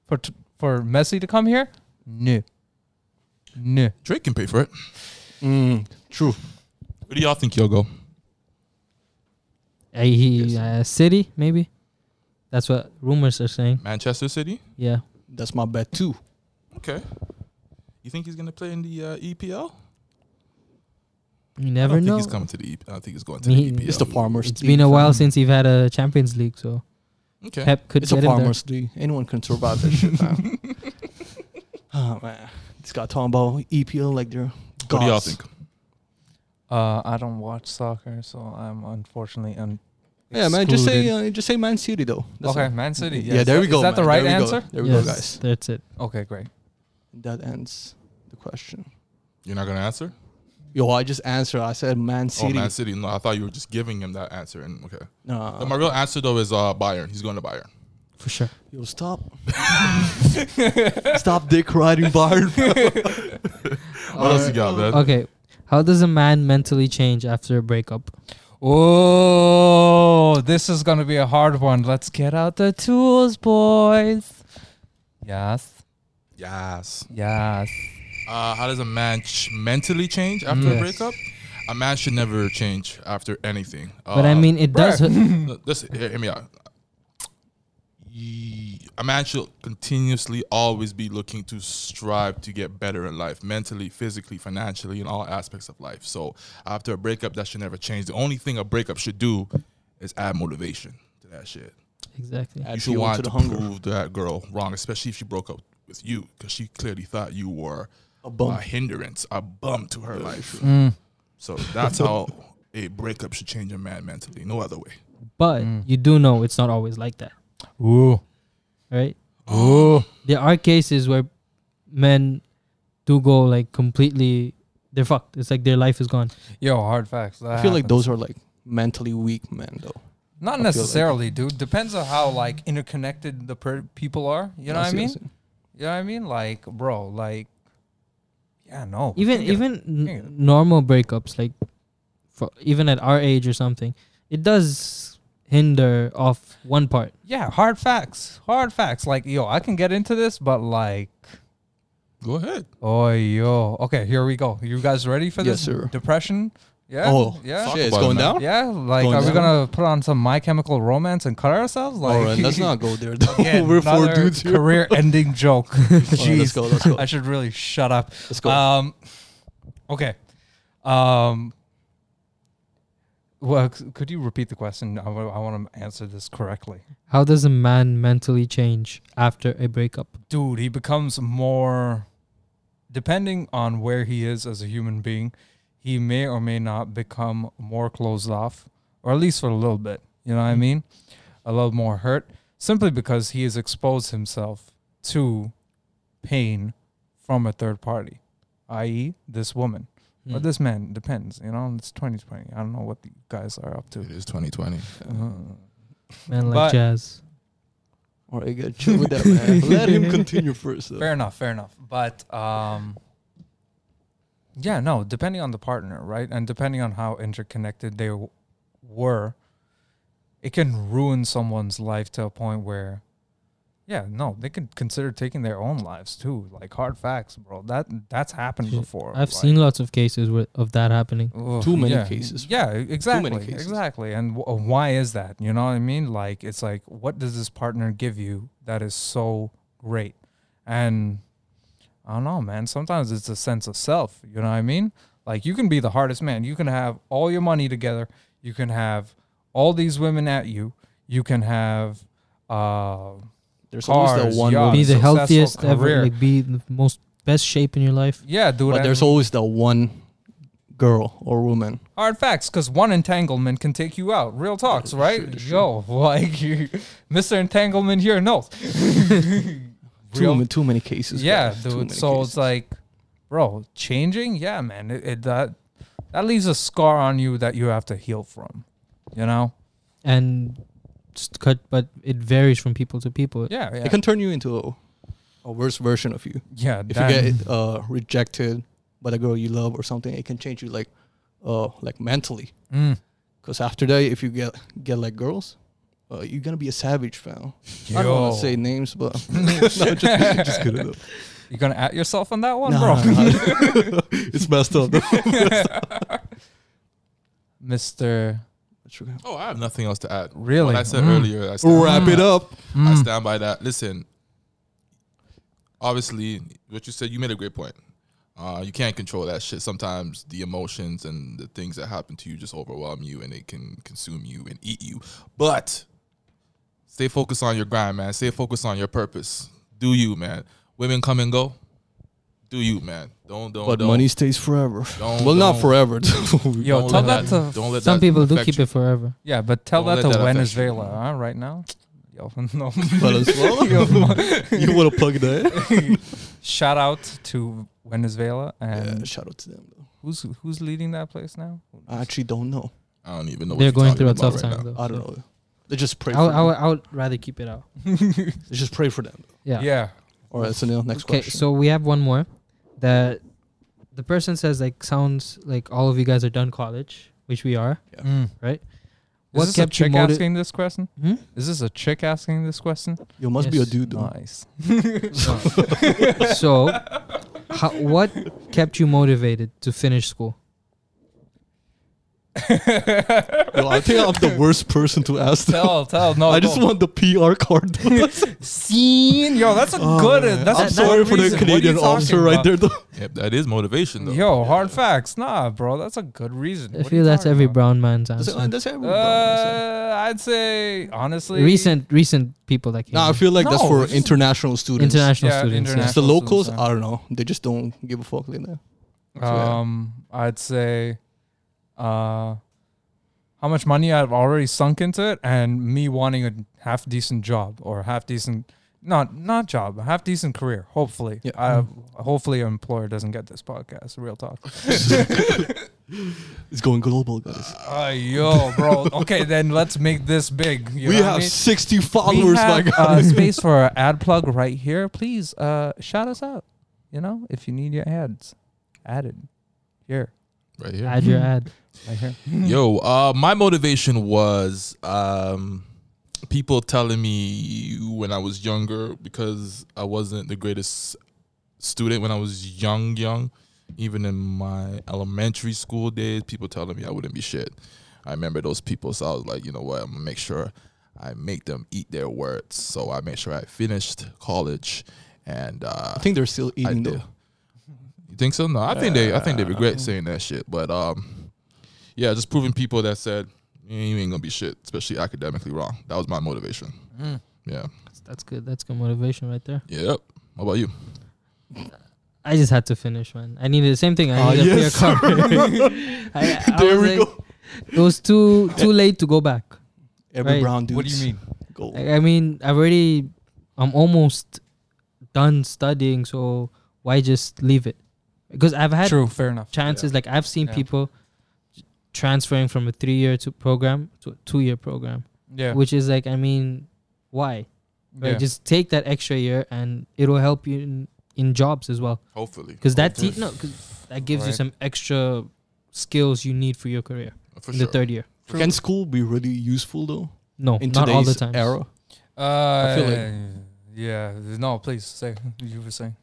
Speaker 2: for t- for Messi to come here, no, no.
Speaker 1: Drake can pay for it.
Speaker 3: Mm, true.
Speaker 1: Where do y'all think he'll go?
Speaker 4: Uh, he, uh, City, maybe. That's what rumors are saying.
Speaker 1: Manchester City.
Speaker 4: Yeah.
Speaker 3: That's my bet too.
Speaker 1: Okay. You think he's gonna play in the uh, EPL?
Speaker 4: You
Speaker 1: I
Speaker 4: never
Speaker 1: don't
Speaker 4: know.
Speaker 1: think he's coming to the. E- I think he's going to
Speaker 4: Me-
Speaker 1: the EPL.
Speaker 4: It's
Speaker 3: It's the farmers.
Speaker 4: It's
Speaker 3: league,
Speaker 4: been a
Speaker 3: fam.
Speaker 4: while since you've had a Champions League, so
Speaker 1: Okay.
Speaker 4: Pep could
Speaker 3: It's a
Speaker 4: get him there.
Speaker 3: farmers league. Anyone can survive that shit. fam. oh man, this guy talking about EPL like they're gods.
Speaker 1: What do y'all think?
Speaker 2: Uh, I don't watch soccer, so I'm unfortunately un.
Speaker 3: Yeah, man, just say
Speaker 2: excluded.
Speaker 3: uh, just say Man City though. That's
Speaker 2: okay,
Speaker 3: all.
Speaker 2: Man City.
Speaker 3: Yeah,
Speaker 2: yes.
Speaker 3: there we
Speaker 2: Is
Speaker 3: go.
Speaker 2: that the
Speaker 3: man.
Speaker 2: right
Speaker 3: There we go.
Speaker 2: answer?
Speaker 3: There we
Speaker 4: Yes,
Speaker 3: go, guys.
Speaker 4: That's it.
Speaker 2: Okay, great.
Speaker 3: That ends the question.
Speaker 1: You're not gonna answer?
Speaker 3: Yo, I just answered. I said Man City.
Speaker 1: Oh, Man City. No, I thought you were just giving him that answer. And okay,
Speaker 3: Nah,
Speaker 1: But my real answer though is uh, Bayern. He's going to Bayern.
Speaker 4: For sure.
Speaker 3: yo, stop. stop dick riding Bayern.
Speaker 1: What else you got, man?
Speaker 4: Okay. How does a man mentally change after a breakup?
Speaker 2: Oh, this is gonna be a hard one. Let's get out the tools, boys. Yes,
Speaker 1: Yes.
Speaker 2: yes.
Speaker 1: Uh, how does a man ch- mentally change after a
Speaker 4: Yes.
Speaker 1: breakup? A man should never change after anything. Uh,
Speaker 4: But I mean, it does. hurt-
Speaker 1: no, listen, hear, hear me out. Ye- A man should continuously always be looking to strive to get better in life, mentally, physically, financially, in all aspects of life. So after a breakup, that should never change. The only thing a breakup should do is add motivation to that shit.
Speaker 4: exactly.
Speaker 1: you
Speaker 3: Add
Speaker 1: should
Speaker 3: fuel
Speaker 1: want
Speaker 3: to
Speaker 1: to,
Speaker 3: the hunger.
Speaker 1: prove that girl wrong, especially if she broke up with you, because she clearly thought you were
Speaker 3: A bum.
Speaker 1: a hindrance, a bum to her life.
Speaker 2: Mm.
Speaker 1: So that's how a breakup should change a man mentally. No other way.
Speaker 4: But
Speaker 3: mm.
Speaker 4: you do know it's not always like that,
Speaker 2: Ooh.
Speaker 4: right?
Speaker 1: Oh,
Speaker 4: There are cases where men do go like completely. They're fucked. It's like their life is gone.
Speaker 2: Yo, hard facts.
Speaker 3: I feel like those are like mentally weak men though.
Speaker 2: Not
Speaker 3: like-
Speaker 2: necessarily, dude. Depends on how like interconnected the per- people are. You know what I
Speaker 3: see,
Speaker 2: mean?
Speaker 3: see.
Speaker 2: You know what I mean? Like, bro, like, yeah, no.
Speaker 4: even
Speaker 2: Think of-
Speaker 4: even
Speaker 2: think of
Speaker 4: n- normal breakups like for even at our age or something it does hinder off one part
Speaker 2: yeah, hard facts, hard facts. Like, yo, I can get into this, but like,
Speaker 1: go ahead.
Speaker 2: oh, yo, okay, here we go. You guys ready for
Speaker 3: Yes,
Speaker 2: this
Speaker 3: sir.
Speaker 2: depression? Yeah,
Speaker 3: Oh,
Speaker 2: yeah,
Speaker 1: fuck.
Speaker 3: shit, it's
Speaker 1: about
Speaker 3: going
Speaker 1: it, man.
Speaker 3: down.
Speaker 2: yeah. Like,
Speaker 3: Going
Speaker 2: are we
Speaker 3: down.
Speaker 2: gonna put on some My Chemical Romance and cut ourselves? Like,
Speaker 3: All right, let's not go there. Though.
Speaker 2: Again,
Speaker 3: We're four
Speaker 2: another
Speaker 3: dudes here.
Speaker 2: Career-ending joke.
Speaker 3: All right, let's
Speaker 2: Jeez,
Speaker 3: go. Let's go.
Speaker 2: I should really shut up.
Speaker 3: Let's go.
Speaker 2: Um, Okay. Um. Well, c- could you repeat the question? I want to answer this correctly.
Speaker 4: How does a man mentally change after a breakup?
Speaker 2: dude, he becomes more depending on where he is as a human being, he may or may not become more closed off, or at least for a little bit. You know what I mean? A little more hurt, simply because he has exposed himself to pain from a third party, i.e., this woman
Speaker 1: Hmm.
Speaker 2: or
Speaker 4: Mm.
Speaker 2: this man. Depends, you know. It's twenty twenty. I don't know what the guys are up to.
Speaker 1: It is 2020.
Speaker 2: Uh,
Speaker 4: Man like
Speaker 2: But-
Speaker 4: jazz.
Speaker 3: All right, good. Chill with that, man. Let him continue first. Though.
Speaker 2: Fair enough, fair enough. But um yeah, no, depending on the partner, right? And depending on how interconnected they w- were, it can ruin someone's life to a point where yeah, no, they could consider taking their own lives too. Like hard facts, bro. That that's happened
Speaker 4: Shit,
Speaker 2: before.
Speaker 4: I've
Speaker 2: like-
Speaker 4: seen lots of cases with, of that happening.
Speaker 2: Ugh,
Speaker 3: Too many
Speaker 2: yeah.
Speaker 3: cases.
Speaker 2: Yeah, e-, exactly.
Speaker 3: cases.
Speaker 2: Exactly. And w- why is that? You know what I mean? Like, it's like, what does this partner give you that is so great? And I don't know, man. Sometimes it's a sense of self. You know what I mean? Like, you can be the hardest man. You can have all your money together. You can have all these women at you. You can have, uh,
Speaker 3: There's always
Speaker 2: Cars,
Speaker 3: that one
Speaker 2: yachts.
Speaker 3: woman.
Speaker 4: Be the
Speaker 2: successful
Speaker 4: healthiest
Speaker 2: career.
Speaker 4: ever. Like be the most best shape in your life.
Speaker 2: yeah, dude.
Speaker 3: But
Speaker 2: and-
Speaker 3: there's always that one girl or woman.
Speaker 2: hard facts because one entanglement can take you out. Real talks, right? Yo, like you, Mr. Entanglement here knows.
Speaker 3: Too,
Speaker 2: Real-
Speaker 3: ma- too many cases.
Speaker 2: yeah,
Speaker 3: guys. Too
Speaker 2: dude.
Speaker 3: many
Speaker 2: So
Speaker 3: cases.
Speaker 2: it's like, bro, changing. Yeah, man. It, it that that leaves a scar on you that you have to heal from. You know?
Speaker 4: And just cut, but it varies from people to people.
Speaker 2: Yeah, yeah,
Speaker 3: it can turn you into a, a worse version of you.
Speaker 2: yeah.
Speaker 3: If
Speaker 2: that-
Speaker 3: you get uh, rejected by the girl you love or something, it can change you like, uh, like mentally.
Speaker 2: Mm.
Speaker 3: Because after that, if you get get like girls, uh, you're gonna be a savage, fam. I don't
Speaker 2: Yo.
Speaker 3: want to say names, but no, just, just kidding. though.
Speaker 2: you gonna at yourself on that one,
Speaker 3: Nah,
Speaker 2: bro?
Speaker 3: nah, nah. it's messed up. though.
Speaker 2: Mr.
Speaker 1: Oh, I have nothing else to add.
Speaker 2: Really?
Speaker 1: What I said
Speaker 2: Mm.
Speaker 1: earlier, I stand,
Speaker 3: Wrap it up.
Speaker 1: I
Speaker 2: Mm.
Speaker 1: stand by that. Listen, obviously, what you said, you made a great point. Uh, you can't control that shit. Sometimes the emotions and the things that happen to you just overwhelm you and it can consume you and eat you. But stay focused on your grind, man. Stay focused on your purpose. Do you, man. Women come and go. Do you, man. Don't, don't,
Speaker 3: But
Speaker 1: don't.
Speaker 3: money stays forever.
Speaker 1: Don't-
Speaker 3: well, not
Speaker 1: don't.
Speaker 3: e- forever.
Speaker 2: Yo,
Speaker 1: don't
Speaker 2: tell
Speaker 1: let
Speaker 2: that to-
Speaker 1: don't let
Speaker 4: Some
Speaker 1: that
Speaker 4: people do
Speaker 1: affect
Speaker 4: keep
Speaker 1: you.
Speaker 4: it forever.
Speaker 2: Yeah, but tell
Speaker 1: Don't
Speaker 2: that
Speaker 1: let
Speaker 2: to
Speaker 1: that affect you.
Speaker 2: Venezuela. Huh? Right now, yo, no.
Speaker 3: Fellas,
Speaker 2: Yo,
Speaker 3: you want to plug that?
Speaker 2: Shout out to Venezuela and
Speaker 3: Yeah, Uh, shout out to them. Though.
Speaker 2: who's who's leading that place now?
Speaker 3: I actually don't know.
Speaker 1: I don't even know. What
Speaker 4: They're
Speaker 1: you're
Speaker 4: going through a
Speaker 1: talking about right
Speaker 4: tough time
Speaker 1: now.
Speaker 4: though.
Speaker 3: I don't know. They just pray.
Speaker 4: I would,
Speaker 3: for
Speaker 4: I would,
Speaker 3: them.
Speaker 4: I would rather keep it out.
Speaker 3: Let's just pray for them.
Speaker 4: Yeah.
Speaker 2: Yeah.
Speaker 3: All right, so now next
Speaker 4: Okay,
Speaker 3: question.
Speaker 4: so we have one more. That the person says like sounds like all of you guys are done college, which we are.
Speaker 3: Yeah.
Speaker 2: Mm.
Speaker 4: Right.
Speaker 2: Is
Speaker 4: What
Speaker 2: this a
Speaker 4: kept you
Speaker 2: chick
Speaker 4: motiv-
Speaker 2: asking this question?
Speaker 4: Hmm?
Speaker 2: Is this a chick asking this question?
Speaker 3: you must be a
Speaker 4: yes,
Speaker 3: dude. Though.
Speaker 2: Nice.
Speaker 4: so, how, what kept you motivated to finish school?
Speaker 3: Yo, I think I'm the worst person to ask that.
Speaker 2: tell, tell. No,
Speaker 3: I just want the PR card. though.
Speaker 2: scene. Yo, that's a good. that's
Speaker 3: Oh, I'm
Speaker 2: a
Speaker 3: sorry
Speaker 2: good
Speaker 3: for the
Speaker 2: reason. What are you
Speaker 3: Canadian
Speaker 2: talking
Speaker 3: officer right
Speaker 2: about?
Speaker 3: there. Though.
Speaker 1: Yep, that is motivation though.
Speaker 2: Yo, hard facts. Nah, bro, that's a good reason.
Speaker 4: I
Speaker 2: What are you
Speaker 4: feel that's
Speaker 2: talking
Speaker 4: every
Speaker 2: about?
Speaker 4: brown man's
Speaker 3: That's,
Speaker 4: answer.
Speaker 3: that's how we done,
Speaker 2: Uh, I'd say honestly,
Speaker 4: recent recent people that
Speaker 3: that's
Speaker 4: came.
Speaker 3: it. Nah, I
Speaker 4: in.
Speaker 3: feel like that's
Speaker 2: No,
Speaker 3: for
Speaker 2: it's-
Speaker 3: international students.
Speaker 4: international
Speaker 2: Yeah,
Speaker 4: students. yeah.
Speaker 2: international.
Speaker 3: The locals,
Speaker 2: students,
Speaker 3: I don't know. They just don't give a fuck like that. yeah.
Speaker 2: Um, I'd say, uh, how much money I've already sunk into it, and me wanting a half decent job or half decent, not not job, a half decent career. Hopefully,
Speaker 3: Yeah.
Speaker 2: I hopefully an employer doesn't get this podcast. Real talk.
Speaker 3: It's going global, guys.
Speaker 2: Uh, yo, bro. Okay, then let's make this big. You
Speaker 3: we
Speaker 2: know what
Speaker 3: have
Speaker 2: I mean?
Speaker 3: 60
Speaker 2: We
Speaker 3: followers, my
Speaker 2: have,
Speaker 3: guy.
Speaker 2: uh, space for an ad plug right here. Please, uh, shout us out. You know, if you need your ads added here,
Speaker 1: Right here.
Speaker 4: Add your ad.
Speaker 2: right here.
Speaker 1: Yo, uh, my motivation was um, people telling me when I was younger because I wasn't the greatest student when I was young, young. Even in my elementary school days, people telling me I wouldn't be shit. I remember those people, so I was like, you know what? I'm gonna make sure I make them eat their words. So I made sure I finished college, and uh,
Speaker 3: I think they're still eating,
Speaker 1: do.
Speaker 3: though.
Speaker 1: You think so? No, I think they I think they regret saying that shit. But um, yeah, just proving people that said you ain't gonna be shit, especially academically wrong. That was my motivation.
Speaker 2: Mm.
Speaker 1: Yeah.
Speaker 4: That's, that's good. That's good motivation right there.
Speaker 1: Yep. How about you?
Speaker 4: I just had to finish, man. I needed the same thing.
Speaker 3: Ah,
Speaker 4: I needed
Speaker 3: yes,
Speaker 4: a clear cover. I, I
Speaker 3: There
Speaker 4: was
Speaker 3: we
Speaker 4: like-
Speaker 3: go.
Speaker 4: It was too too late to go back.
Speaker 3: Every
Speaker 4: Right.
Speaker 3: brown dude.
Speaker 2: What do you mean?
Speaker 3: Go.
Speaker 4: Like, I mean, I've already, I'm almost done studying, so why just leave it? Because I've had
Speaker 2: True, fair enough.
Speaker 4: chances. Like I've seen
Speaker 2: Yeah.
Speaker 4: people transferring from a three-year to program to a two-year program,
Speaker 2: Yeah.
Speaker 4: which is like, I mean, why? Right?
Speaker 2: yeah.
Speaker 4: Just take that extra year, and it'll help you in, in jobs as well.
Speaker 1: Hopefully,
Speaker 4: Because that
Speaker 1: Hopefully.
Speaker 4: te- no, 'cause that gives you
Speaker 2: Right.
Speaker 4: some extra skills you need for your career
Speaker 1: for
Speaker 4: in
Speaker 1: sure.
Speaker 4: the third year.
Speaker 3: Can school be really useful though
Speaker 4: No,
Speaker 3: in
Speaker 4: not
Speaker 3: today's
Speaker 4: all the time.
Speaker 3: era?
Speaker 2: Uh,
Speaker 3: feel like-
Speaker 2: yeah. No, please say. You were saying.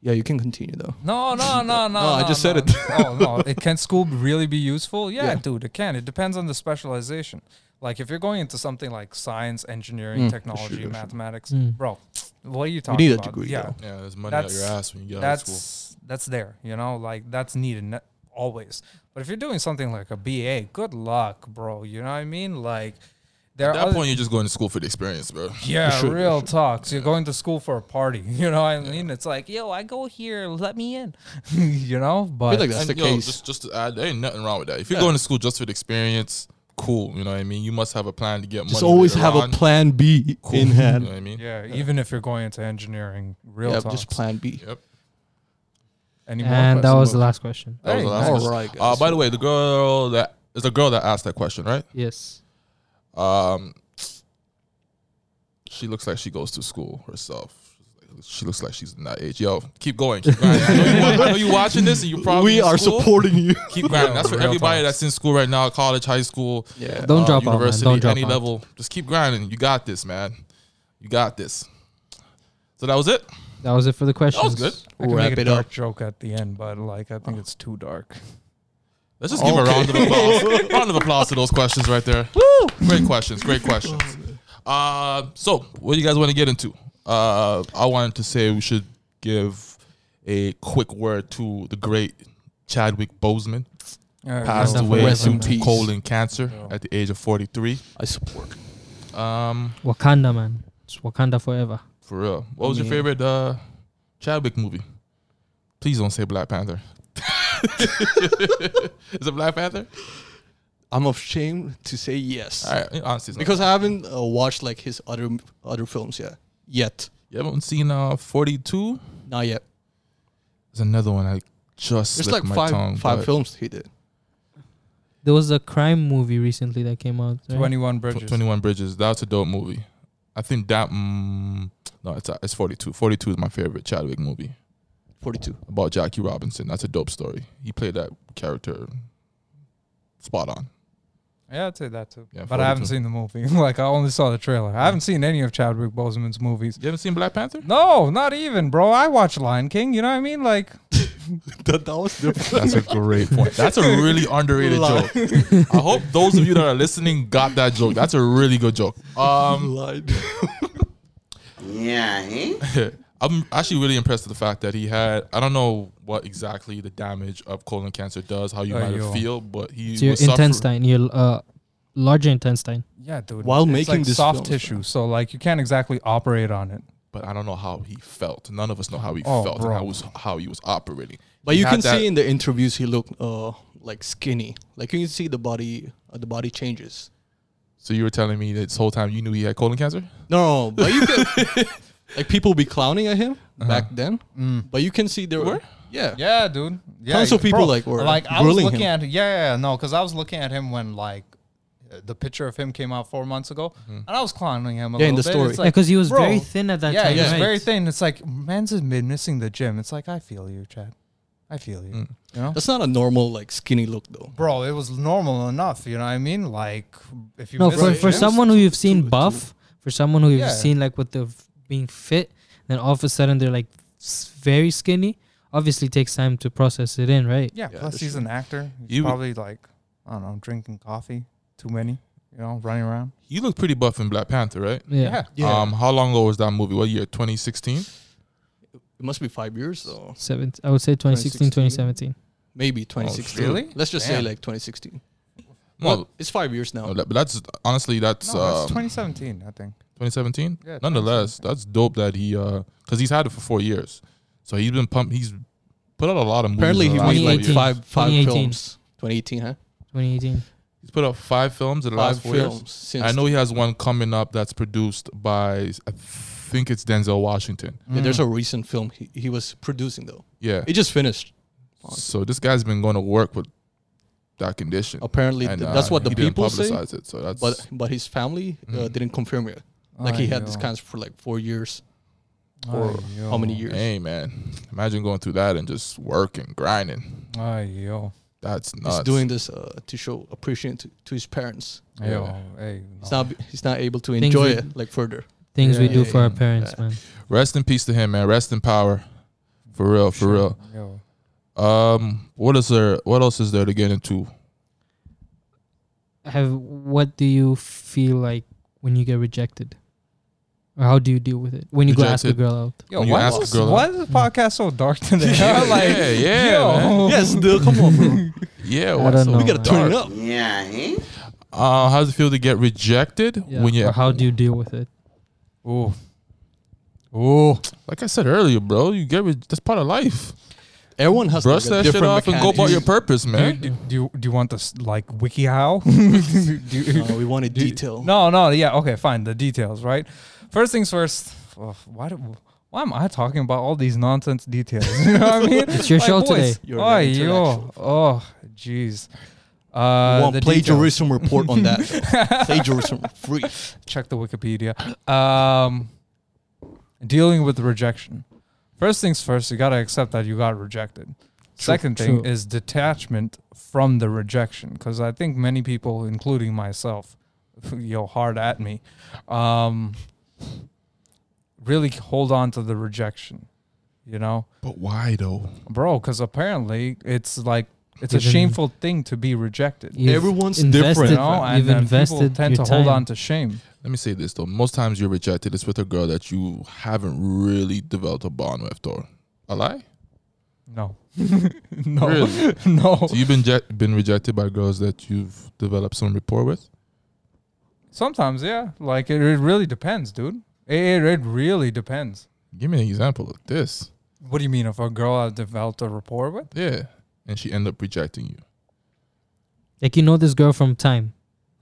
Speaker 3: Yeah, you can continue though.
Speaker 2: No, no, no, no.
Speaker 3: No, I just said it.
Speaker 2: oh no, it can school really be useful? Yeah,
Speaker 3: Yeah.
Speaker 2: dude, it can. It depends on the specialization. Like if you're going into something like science, engineering,
Speaker 3: Mm, for
Speaker 2: technology,
Speaker 3: sure, for sure.
Speaker 2: mathematics,
Speaker 4: Mm.
Speaker 2: bro, what are you
Speaker 3: You
Speaker 2: talking
Speaker 3: need a
Speaker 2: about?
Speaker 3: degree.
Speaker 2: yeah,
Speaker 3: though.
Speaker 1: Yeah, there's money out your
Speaker 2: That's-
Speaker 1: ass when you get out of school.
Speaker 2: that's that's there. You know, like that's needed ne- always. But if you're doing something like a BA, good luck, bro. You know what I mean? Like there
Speaker 1: At
Speaker 2: are
Speaker 1: that point, you're just going to school for the experience, bro.
Speaker 2: yeah,
Speaker 3: sure, for
Speaker 2: real talks. You're going to school for a party. You know what I mean? It's like, yo, I go here, let me in. you know,
Speaker 3: I
Speaker 2: but
Speaker 3: feel like that's the
Speaker 1: And, yo,
Speaker 3: case.
Speaker 1: Just, just to add, there ain't nothing wrong with that. If you're
Speaker 3: Yeah.
Speaker 1: going to school just for the experience, cool. You know what I mean? You must have a plan to get money.
Speaker 3: Just always
Speaker 1: later
Speaker 3: have a
Speaker 1: on.
Speaker 3: plan B
Speaker 1: Cool.
Speaker 3: in
Speaker 1: You know
Speaker 3: hand.
Speaker 1: what I mean?
Speaker 2: yeah, even if you're going into engineering, real
Speaker 3: Yeah,
Speaker 2: talks.
Speaker 3: just plan B.
Speaker 1: Yep.
Speaker 2: Any more
Speaker 4: And that
Speaker 2: questions?
Speaker 4: was the last question.
Speaker 1: That was the
Speaker 2: Hey,
Speaker 1: last
Speaker 3: all
Speaker 1: question.
Speaker 3: right,
Speaker 1: Uh,
Speaker 3: guys.
Speaker 1: by the way, the girl that is a girl that asked that question, right?
Speaker 4: Yes.
Speaker 1: Um, she looks like she goes to school herself. She looks like she's in that age. Yo, keep going. Keep grinding. I, know you, wa- I know you watching this, and you probably
Speaker 3: we
Speaker 1: in
Speaker 3: are
Speaker 1: school.
Speaker 3: supporting you.
Speaker 1: Keep grinding. That's for
Speaker 2: Real
Speaker 1: everybody
Speaker 2: talks.
Speaker 1: that's in school right now, college, high school.
Speaker 3: Yeah.
Speaker 4: Don't
Speaker 1: uh,
Speaker 4: drop out, man.
Speaker 1: university,
Speaker 4: Don't drop
Speaker 1: any
Speaker 4: out.
Speaker 1: level. Just keep grinding. You got this, man. You got this. So that was it.
Speaker 4: That was it for the
Speaker 1: That was
Speaker 4: questions.
Speaker 1: good.
Speaker 2: I can
Speaker 3: Wrap
Speaker 2: make a
Speaker 3: it
Speaker 2: dark
Speaker 3: up. Ah.
Speaker 2: joke at the end, but like I think it's too dark.
Speaker 1: Let's just give a round of applause. round of applause to those questions right there. Great questions. Great questions. Uh, so, what do you guys want to get into? Uh, I wanted to say we should give a quick word to the great Chadwick Boseman,
Speaker 2: Uh,
Speaker 1: passed
Speaker 2: no,
Speaker 1: away
Speaker 3: Rest
Speaker 1: due
Speaker 3: in
Speaker 1: to
Speaker 3: peace.
Speaker 1: colon cancer
Speaker 2: Yeah.
Speaker 1: at the age of 43.
Speaker 3: I support.
Speaker 1: Um,
Speaker 4: Wakanda, man. It's Wakanda forever.
Speaker 1: for real. What was your
Speaker 3: Yeah.
Speaker 1: favorite uh, Chadwick movie? Please don't say Black Panther. Is it Black Panther?
Speaker 3: I'm ashamed to say yes
Speaker 1: All right, honestly, it's not.
Speaker 3: because I haven't uh, watched like his other other films yet. Yet,
Speaker 1: you haven't seen uh 42.
Speaker 3: not yet.
Speaker 1: There's another one I just
Speaker 3: There's
Speaker 1: slipped
Speaker 3: like
Speaker 1: my
Speaker 3: five
Speaker 1: tongue.
Speaker 3: five
Speaker 1: but
Speaker 3: films he did.
Speaker 4: There was a crime movie recently that came out. right?
Speaker 2: Twenty-one
Speaker 1: Tw-
Speaker 2: bridges.
Speaker 1: 21 Bridges. That's a dope movie. I think that mm, no, it's it's 42. 42 is my favorite Chadwick movie
Speaker 3: Forty two.
Speaker 1: about Jackie Robinson. That's a dope story. He played that character spot on.
Speaker 2: Yeah, I'd say that too.
Speaker 1: Yeah,
Speaker 2: but I haven't
Speaker 1: 42.
Speaker 2: seen the movie. like I only saw the trailer. I haven't seen any of Chadwick Boseman's movies.
Speaker 1: You haven't seen Black Panther?
Speaker 2: No, not even, bro. I watch Lion King. You know what I mean? Like
Speaker 3: that, that was different.
Speaker 1: That's a great point. That's a really underrated
Speaker 3: Lie.
Speaker 1: joke. I hope those of you that are listening got that joke. That's a really good joke. Um,
Speaker 3: Lied.
Speaker 6: Yeah, eh?
Speaker 1: I'm actually really impressed with the fact that he had. I don't know what exactly the damage of colon cancer does, how you
Speaker 2: Oh,
Speaker 1: might
Speaker 2: yo.
Speaker 1: feel, but he
Speaker 4: So your
Speaker 1: was suffering.
Speaker 4: intestine, your uh, larger intestine.
Speaker 2: Yeah, dude.
Speaker 3: While
Speaker 2: it's
Speaker 3: making
Speaker 2: like
Speaker 3: this
Speaker 2: soft
Speaker 3: film,
Speaker 2: tissue, so like you can't exactly operate on it.
Speaker 1: But I don't know how he felt. None of us know how he
Speaker 2: Oh,
Speaker 1: felt
Speaker 2: bro.
Speaker 1: and how was how he was operating.
Speaker 3: But
Speaker 1: He
Speaker 3: you
Speaker 1: had
Speaker 3: can
Speaker 1: that-
Speaker 3: see in the interviews he looked uh like skinny. Like you can see the body uh, the body changes.
Speaker 1: So you were telling me this whole time you knew he had colon cancer?
Speaker 3: No, but you can like people be clowning at him
Speaker 1: Uh-huh.
Speaker 3: back then.
Speaker 1: Mm.
Speaker 3: But you can see there were yeah.
Speaker 2: Yeah, dude. Yeah,
Speaker 3: Tons of
Speaker 2: yeah,
Speaker 3: people,
Speaker 2: bro.
Speaker 3: like, were
Speaker 2: like I was
Speaker 3: grilling
Speaker 2: looking
Speaker 3: him.
Speaker 2: at yeah, yeah, yeah, no, because I was looking at him when like uh, the picture of him came out four months ago, and I was clowning him a
Speaker 3: Mm-hmm.
Speaker 2: little
Speaker 3: Yeah, in the
Speaker 2: bit.
Speaker 3: story.
Speaker 2: It's
Speaker 4: Yeah,
Speaker 2: like,
Speaker 4: 'cause he was
Speaker 2: bro,
Speaker 4: very thin at that
Speaker 2: yeah,
Speaker 4: time.
Speaker 2: he was
Speaker 4: right?
Speaker 2: very thin. It's like man's been missing the gym. It's like I feel you, Chad. I feel you.
Speaker 3: Mm.
Speaker 2: You know.
Speaker 3: That's not a normal like skinny look though.
Speaker 2: Bro, it was normal enough. You know what I mean? Like, if you
Speaker 4: No,
Speaker 2: miss
Speaker 4: for,
Speaker 2: the
Speaker 4: for
Speaker 2: gym-
Speaker 4: someone who you've seen
Speaker 3: too-
Speaker 4: buff, for someone who you've
Speaker 2: Yeah.
Speaker 4: seen like with the f- being fit, then all of a sudden they're like s- very skinny. Obviously, takes time to process it in, right?
Speaker 2: yeah.
Speaker 1: Yeah,
Speaker 2: plus,
Speaker 1: that's
Speaker 2: he's an actor. He's
Speaker 1: You-
Speaker 2: probably like, I don't know, drinking coffee too many. You know, running around. Um,
Speaker 1: You looked pretty buff in Black Panther, right?
Speaker 4: Yeah.
Speaker 3: Yeah.
Speaker 1: Um, how long ago was that movie? What year? 2016.
Speaker 3: It must be five years though.
Speaker 4: Seven, I would say 2016,
Speaker 3: 2016.
Speaker 4: 2017.
Speaker 1: Oh,
Speaker 3: Maybe 2016.
Speaker 2: really?
Speaker 3: Let's just say
Speaker 2: Damn.
Speaker 3: like 2016.
Speaker 1: No,
Speaker 3: Well, it's five years now.
Speaker 1: no, that- but that's honestly that's,
Speaker 2: No,
Speaker 1: um,
Speaker 2: that's 2017, I think.
Speaker 1: 2017.
Speaker 2: Yeah,
Speaker 1: Nonetheless, that's dope that he uh because he's had it for four years, so he's been pumped. He's put out a lot of movies.
Speaker 3: Apparently,
Speaker 1: in
Speaker 3: he
Speaker 1: the
Speaker 3: made
Speaker 1: last
Speaker 3: like
Speaker 1: four years.
Speaker 3: five five
Speaker 4: 2018.
Speaker 3: films. 2018, huh?
Speaker 4: 2018.
Speaker 1: He's put out five films in the
Speaker 3: Five
Speaker 1: last four years.
Speaker 3: films. Since
Speaker 1: I know he has one coming up that's produced by I think it's Denzel Washington.
Speaker 3: Yeah, there's a recent film he, he was producing though.
Speaker 1: Yeah.
Speaker 3: It just finished.
Speaker 1: So this guy's been going to work with that condition.
Speaker 3: Apparently,
Speaker 1: And,
Speaker 3: th-
Speaker 1: uh,
Speaker 3: that's what the
Speaker 1: he didn't
Speaker 3: people say.
Speaker 1: publicize Mm. It, so that's
Speaker 3: But but his family uh, didn't confirm it. Like he had this cancer for like four years or how many years?
Speaker 1: hey man, imagine going through that and just working, grinding.
Speaker 2: Ay, yo.
Speaker 1: That's nuts.
Speaker 3: He's doing this uh, to show appreciation to, to his parents.
Speaker 1: Yeah.
Speaker 2: Yo, hey.
Speaker 3: He's
Speaker 2: no.
Speaker 3: not he's not able to
Speaker 4: Things
Speaker 3: enjoy
Speaker 4: we-
Speaker 3: it like further.
Speaker 4: Things we
Speaker 2: Yeah.
Speaker 4: do for our parents, man.
Speaker 1: Rest in peace to him, man. Rest in power. For real, for real.
Speaker 2: Yo.
Speaker 1: Um, what is there? What else is there to get into?
Speaker 4: Have what do you feel like when you get rejected, or how do you deal with it when you go ask a
Speaker 1: Rejected.
Speaker 4: girl out?
Speaker 2: Yo,
Speaker 1: When you
Speaker 2: why,
Speaker 1: ask a
Speaker 2: was-
Speaker 1: girl-
Speaker 2: why is the podcast so dark today?
Speaker 1: Yeah,
Speaker 2: I'm like,
Speaker 1: yeah, yeah,
Speaker 2: yo.
Speaker 1: man.
Speaker 3: Yes, dude, come on, bro.
Speaker 1: Yeah,
Speaker 4: I don't know.
Speaker 3: We gotta turn it up.
Speaker 1: Uh, how does it feel to get rejected
Speaker 4: Yeah.
Speaker 1: when you?
Speaker 4: or how do you deal with it?
Speaker 2: Ooh. Ooh.
Speaker 1: like I said earlier, bro, you get re- that's part of life.
Speaker 3: Everyone has
Speaker 1: Brush
Speaker 3: like, a
Speaker 1: that shit
Speaker 3: different
Speaker 1: off and go about your
Speaker 3: mechanics.
Speaker 1: purpose,
Speaker 2: Do,
Speaker 1: man.
Speaker 2: do, do, you- do you want this, like, WikiHow? do, you-
Speaker 3: No, we wanted detail.
Speaker 2: No, no, yeah, okay, fine. The details, right? First things first. Ugh, why do, why am I talking about all these nonsense details? You know what I mean?
Speaker 4: It's your show today.
Speaker 3: You're
Speaker 2: oh,
Speaker 3: an
Speaker 2: yo,
Speaker 3: intellectual.
Speaker 2: oh, jeez. Uh,
Speaker 3: Won't
Speaker 2: the details.
Speaker 3: plagiarism report on that. though. plagiarism free.
Speaker 2: Check the Wikipedia. Um, dealing with rejection. First things first, you gotta accept that you got rejected. Second thing
Speaker 4: true.
Speaker 2: is detachment from the rejection, because I think many people, including myself, yo, hard at me, um, really hold on to the rejection. You know,
Speaker 1: But why though?
Speaker 2: bro, because apparently it's like it's a
Speaker 4: Given-
Speaker 2: shameful thing to be rejected.
Speaker 4: You've
Speaker 3: Everyone's
Speaker 2: You
Speaker 3: different.
Speaker 2: know, and
Speaker 4: You've
Speaker 2: then people
Speaker 4: invested
Speaker 2: tend to
Speaker 4: your
Speaker 2: hold
Speaker 4: time.
Speaker 2: on to shame.
Speaker 1: Let me say this though. Most times you're rejected. It's with a girl that you haven't really developed a bond with, or a lie.
Speaker 2: No. no.
Speaker 1: Really?
Speaker 2: No.
Speaker 1: So you've been je- been rejected by girls that you've developed some rapport with.
Speaker 2: Sometimes, yeah. Like it, it really depends, dude. It, it really depends.
Speaker 1: Give me an example of this.
Speaker 2: What do you mean if a girl I've developed a rapport with?
Speaker 1: Yeah, and she ended up rejecting you.
Speaker 4: Like you know this girl from time,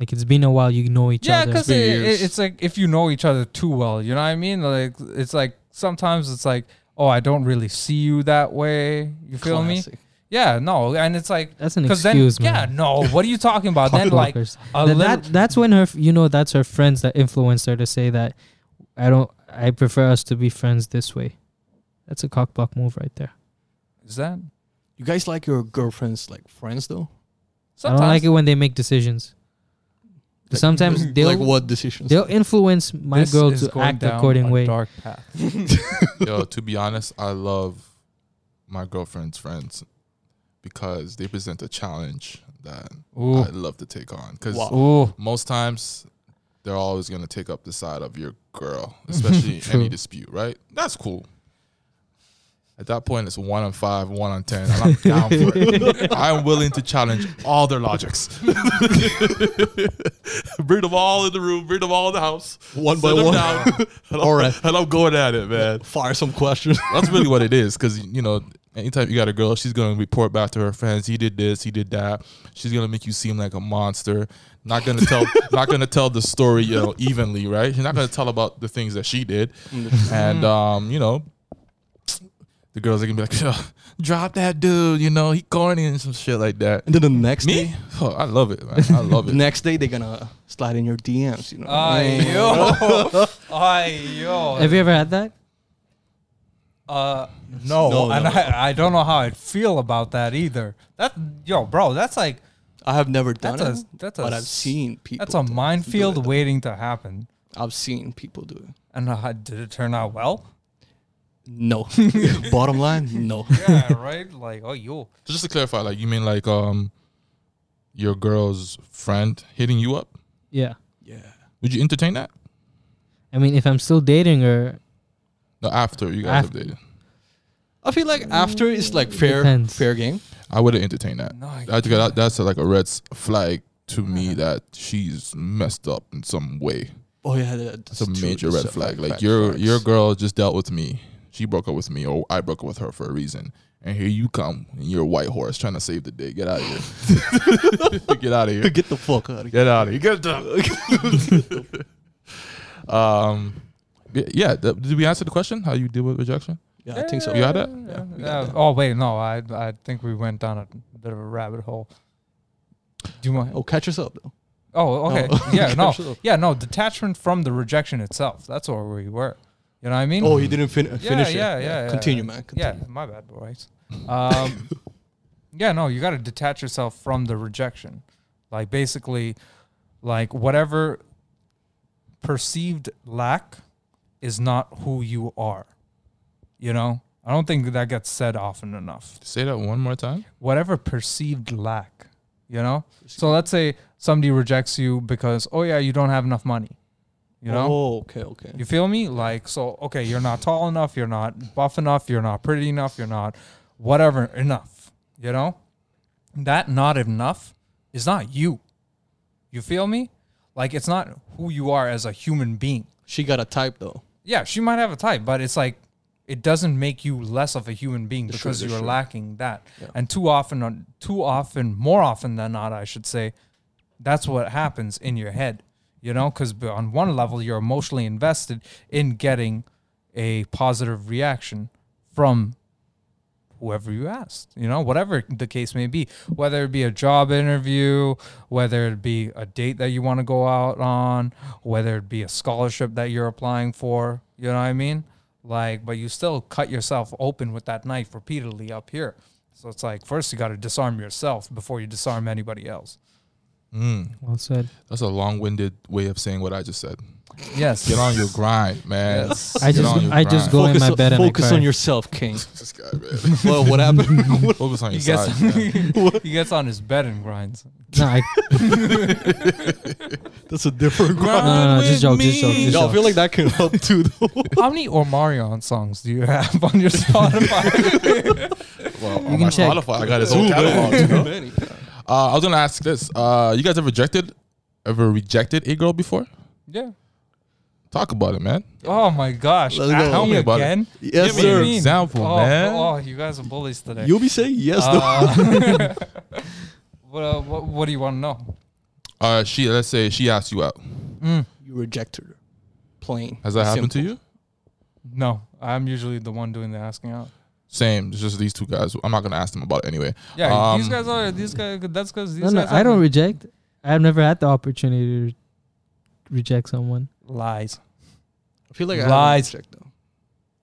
Speaker 4: like it's been a while. You know each
Speaker 2: yeah,
Speaker 4: other.
Speaker 2: because
Speaker 3: been
Speaker 2: it,
Speaker 3: years.
Speaker 2: it, it's like if you know each other too well, you know what I mean? Like it's like sometimes it's like, oh, I don't really see you that way. You feel me?
Speaker 3: Classic.
Speaker 2: Yeah, no, and it's like
Speaker 4: That's an
Speaker 2: 'cause
Speaker 4: excuse,
Speaker 2: then,
Speaker 4: man.
Speaker 2: Yeah, no. What are you talking about? then like a
Speaker 4: Fuckers. Th-
Speaker 2: little-
Speaker 4: that, that's when her f- you know that's her friends that influence her to say that I don't I prefer us to be friends this way. That's a cockblock move right there.
Speaker 2: is that
Speaker 3: You guys like your girlfriends like friends though?
Speaker 4: I
Speaker 2: sometimes
Speaker 4: don't like it when they make decisions. 'Cause sometimes they'll
Speaker 3: like what decisions?
Speaker 4: they'll influence my
Speaker 2: this
Speaker 4: girl
Speaker 2: is
Speaker 4: to
Speaker 2: going
Speaker 4: act
Speaker 2: down
Speaker 4: according
Speaker 2: a
Speaker 4: way.
Speaker 2: Dark path.
Speaker 1: Yo, to be honest, I love my girlfriend's friends because they present a challenge that
Speaker 2: Ooh,
Speaker 1: I love to take on. Because
Speaker 3: Wow.
Speaker 2: ooh,
Speaker 1: most times they're always gonna take up the side of your girl, especially in any
Speaker 4: True.
Speaker 1: dispute, right? That's cool. At that point, it's one on five, one on ten, and I'm down for it. I'm willing to challenge all their logics. bring them all in the room, bring them all in the house,
Speaker 3: One
Speaker 1: sit
Speaker 3: by
Speaker 1: them
Speaker 3: one.
Speaker 1: down, and I'm,
Speaker 3: All right.
Speaker 1: and I'm going at it, man.
Speaker 3: Fire some questions.
Speaker 1: That's really what it is, because you know, anytime you got a girl, she's gonna report back to her friends. He did this, he did that. She's gonna make you seem like a monster. Not gonna tell, not gonna tell the story, you know, evenly, right? She's not gonna tell about the things that she did,
Speaker 3: Mm-hmm.
Speaker 1: and um, you know, the girls are gonna be like, "Ugh, drop that dude, you know, he corny and some shit like that.
Speaker 3: and then the next
Speaker 1: Me,
Speaker 3: day,
Speaker 1: oh, I love it, man. I love
Speaker 3: the
Speaker 1: it.
Speaker 3: next day they're gonna slide in your DMs. You know.
Speaker 2: Ay, yo. Ay, yo.
Speaker 4: Have you ever had that?
Speaker 2: Uh, no,
Speaker 3: No,
Speaker 2: and
Speaker 3: no.
Speaker 2: I, I don't know how I feel about that either. That yo, bro, that's like
Speaker 3: I have never done
Speaker 2: That's a-
Speaker 3: it,
Speaker 2: that's a
Speaker 3: but i I've
Speaker 2: s-
Speaker 3: seen people.
Speaker 2: that's a
Speaker 3: do it.
Speaker 2: minefield
Speaker 3: Do it.
Speaker 2: waiting to happen.
Speaker 3: I've seen people do it.
Speaker 2: And uh, did it turn out well?
Speaker 3: No. Bottom line, no.
Speaker 2: Yeah, right. Like, oh, yo,
Speaker 1: So just to clarify, like, you mean like um, your girl's friend hitting you up?
Speaker 4: Yeah.
Speaker 3: Yeah.
Speaker 1: Would you entertain that?
Speaker 4: I mean, if I'm still dating her,
Speaker 1: No, after you guys have
Speaker 4: After.
Speaker 1: dated.
Speaker 3: I feel like after it's like fair,
Speaker 4: Depends.
Speaker 3: fair game.
Speaker 1: I would have entertained that.
Speaker 2: No, I
Speaker 1: I think that, that's like a red s- flag to me that she's messed up in some way.
Speaker 3: Oh yeah, that-
Speaker 1: That's a
Speaker 3: true,
Speaker 1: major red
Speaker 3: that's a
Speaker 1: flag. Like
Speaker 3: fact,
Speaker 1: your
Speaker 3: facts.
Speaker 1: your girl just dealt with me. She broke up with me, or I broke up with her for a reason. And here you come, and you're a white horse trying to save the day. Get out of here. Get out of here.
Speaker 3: Get the fuck out of here.
Speaker 1: Get out of here. Get the- um, y- yeah. th- did we answer the question? How you deal with rejection?
Speaker 3: Yeah, I think so.
Speaker 1: You had it?
Speaker 2: Uh, oh wait, no, I I think we went down a bit of a rabbit hole. Do you want?
Speaker 3: Oh, catch us up though.
Speaker 2: Oh, okay. Yeah,
Speaker 3: Okay,
Speaker 2: no.
Speaker 3: sure.
Speaker 2: Yeah, no. Detachment from the rejection itself. That's where we were. You know what I mean?
Speaker 3: Oh, he didn't fin-
Speaker 2: Mm. yeah,
Speaker 3: finish it.
Speaker 2: Yeah, yeah, yeah.
Speaker 3: Continue, man. Continue.
Speaker 2: Yeah, my bad, boys. Um, yeah, no, you got to detach yourself from the rejection. Like, basically, like, whatever perceived lack is not who you are. You know? I don't think that gets said often enough
Speaker 1: Say that one more time.
Speaker 2: whatever perceived lack, you know? So let's say somebody rejects you because, oh yeah, you don't have enough money, you know?
Speaker 3: Oh, okay, okay.
Speaker 2: You feel me? Like, so, okay, you're not tall enough, you're not buff enough, you're not pretty enough, you're not whatever enough, you know? That not enough is not you. You feel me? Like, it's not who you are as a human being.
Speaker 3: She got a type though.
Speaker 2: Yeah, she might have a type, but it's like, it doesn't make you less of a human being
Speaker 3: Sure,
Speaker 2: because
Speaker 3: sure,
Speaker 2: you're
Speaker 3: sure.
Speaker 2: lacking that. And too often, uh, too often, more often than not, I should say, that's what happens in your head, you know, because on one level, you're emotionally invested in getting a positive reaction from whoever you asked, you know, whatever the case may be, whether it be a job interview, whether it be a date that you want to go out on, whether it be a scholarship that you're applying for, you know what I mean? Like, but you still cut yourself open with that knife repeatedly up here. So it's like, first you got to disarm yourself before you disarm anybody else.
Speaker 4: Well said.
Speaker 1: That's a long-winded way of saying what I just said.
Speaker 2: Yes.
Speaker 1: Get on your grind, man.
Speaker 2: Yes.
Speaker 4: I
Speaker 1: Get
Speaker 4: just
Speaker 1: on your
Speaker 4: I
Speaker 1: grind.
Speaker 4: just go in
Speaker 3: focus
Speaker 4: my
Speaker 3: on,
Speaker 4: bed and I
Speaker 3: focus
Speaker 4: cry.
Speaker 3: on yourself, King.
Speaker 1: This guy, man.
Speaker 3: well, what happened?
Speaker 1: Focus on
Speaker 2: He
Speaker 1: your
Speaker 2: gets,
Speaker 1: side. man.
Speaker 2: he gets on his bed and grinds.
Speaker 4: No, I,
Speaker 3: That's a different
Speaker 4: no,
Speaker 3: ground.
Speaker 4: no, no, just joke, just joke, just
Speaker 3: No, I
Speaker 4: joke.
Speaker 3: feel like that can help too though.
Speaker 2: How many Omarion songs do you have on your Spotify?
Speaker 1: Well, on
Speaker 4: can
Speaker 1: my
Speaker 4: check.
Speaker 1: Spotify, I got his whole
Speaker 3: Oh,
Speaker 1: catalog. you know? Uh, I was gonna ask this. Uh, you guys have rejected, ever rejected a girl before?
Speaker 2: yeah.
Speaker 1: Talk about it, man.
Speaker 2: Oh my gosh.
Speaker 3: Let's
Speaker 2: At
Speaker 3: go. Tell
Speaker 2: me
Speaker 1: me about it.
Speaker 2: again?
Speaker 3: Yes,
Speaker 1: Give me an
Speaker 3: sir.
Speaker 2: mean?
Speaker 1: example,
Speaker 2: Oh,
Speaker 1: man.
Speaker 2: oh, you guys are bullies today.
Speaker 3: You'll be saying yes though.
Speaker 2: Uh, what, uh, what, what do you want to know?
Speaker 1: Uh, she, let's say she asked you out.
Speaker 3: You rejected her. Plain.
Speaker 1: Has that happened to
Speaker 3: simple.
Speaker 1: you?
Speaker 2: No, I'm usually the one doing the asking out.
Speaker 1: Same. It's just these two guys. I'm not gonna ask them about it anyway.
Speaker 2: Yeah, these
Speaker 1: Um,
Speaker 2: guys are these guys. That's because these
Speaker 4: no, no,
Speaker 2: guys.
Speaker 4: I don't reject. I've never had the opportunity to reject someone.
Speaker 2: lies,
Speaker 3: I feel like
Speaker 2: Lies.
Speaker 3: I haven't rejected.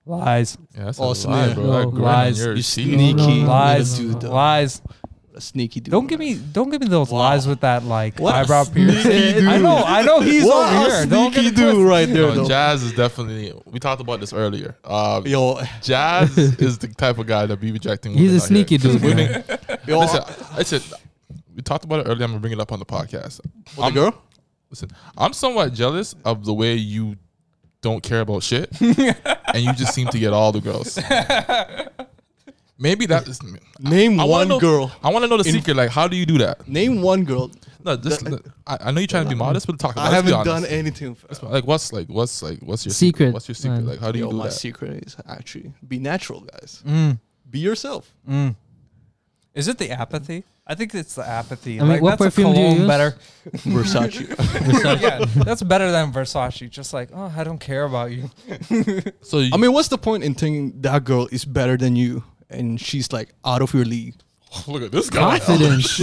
Speaker 2: lies,
Speaker 1: Yeah, that's
Speaker 3: Oh,
Speaker 1: a lie,
Speaker 3: snap.
Speaker 1: bro. That
Speaker 4: No.
Speaker 1: girl,
Speaker 2: Lies.
Speaker 1: you're
Speaker 3: You
Speaker 1: cheating.
Speaker 3: sneaky
Speaker 4: No, no, no.
Speaker 2: lies,
Speaker 3: dude. though.
Speaker 2: lies.
Speaker 3: What a sneaky dude.
Speaker 2: Don't give me don't give me those
Speaker 3: Wow.
Speaker 2: lies with that like
Speaker 3: What a
Speaker 2: eyebrow
Speaker 3: sneaky
Speaker 2: piercing.
Speaker 3: dude.
Speaker 2: I know, I know he's
Speaker 3: What
Speaker 2: over
Speaker 3: a
Speaker 2: here. Don't get
Speaker 3: sneaky
Speaker 2: it twisted.
Speaker 3: dude right there
Speaker 1: No,
Speaker 3: though.
Speaker 1: Jazz is definitely. We talked about this earlier. Uh,
Speaker 3: Yo,
Speaker 1: Jazz is the type of guy that be rejecting.
Speaker 4: He's
Speaker 1: women
Speaker 4: a
Speaker 1: out here.
Speaker 4: sneaky dude,
Speaker 1: Women-
Speaker 4: man.
Speaker 3: yo,
Speaker 1: Listen, listen. We talked about it earlier. I'm gonna bring it up on the podcast.
Speaker 3: with the girl.
Speaker 1: Listen, I'm somewhat jealous of the way you don't care about shit, and you just seem to get all the girls. Maybe that is.
Speaker 3: Name
Speaker 1: I wanna
Speaker 3: one
Speaker 1: know-
Speaker 3: girl.
Speaker 1: I want to know the
Speaker 3: In-
Speaker 1: secret. Like, how do you do that?
Speaker 3: Name one girl.
Speaker 1: No, just.
Speaker 3: That-
Speaker 1: I, I know you're trying to be modest, but talk about.
Speaker 3: I
Speaker 1: it. Let's be
Speaker 3: haven't done
Speaker 1: honest.
Speaker 3: anything. For, uh,
Speaker 1: Like, what's like, what's like, what's your
Speaker 4: Secret,
Speaker 1: What's your secret?
Speaker 4: man.
Speaker 1: Like, how do you
Speaker 3: yo,
Speaker 1: do
Speaker 3: my
Speaker 1: that?
Speaker 3: secret is actually be natural, guys.
Speaker 2: Mm,
Speaker 3: Be yourself.
Speaker 2: mm. Is it the apathy? I think it's the apathy.
Speaker 4: I mean,
Speaker 2: like,
Speaker 4: what
Speaker 2: that's a
Speaker 4: perfume do you
Speaker 2: cologne
Speaker 4: use?
Speaker 2: better.
Speaker 3: Versace.
Speaker 2: yeah, that's better than Versace. Just like, oh, I don't care about you.
Speaker 1: So, you,
Speaker 3: I mean, what's the point in thinking that girl is better than you and she's like out of your league?
Speaker 1: look at this guy.
Speaker 4: Confidence.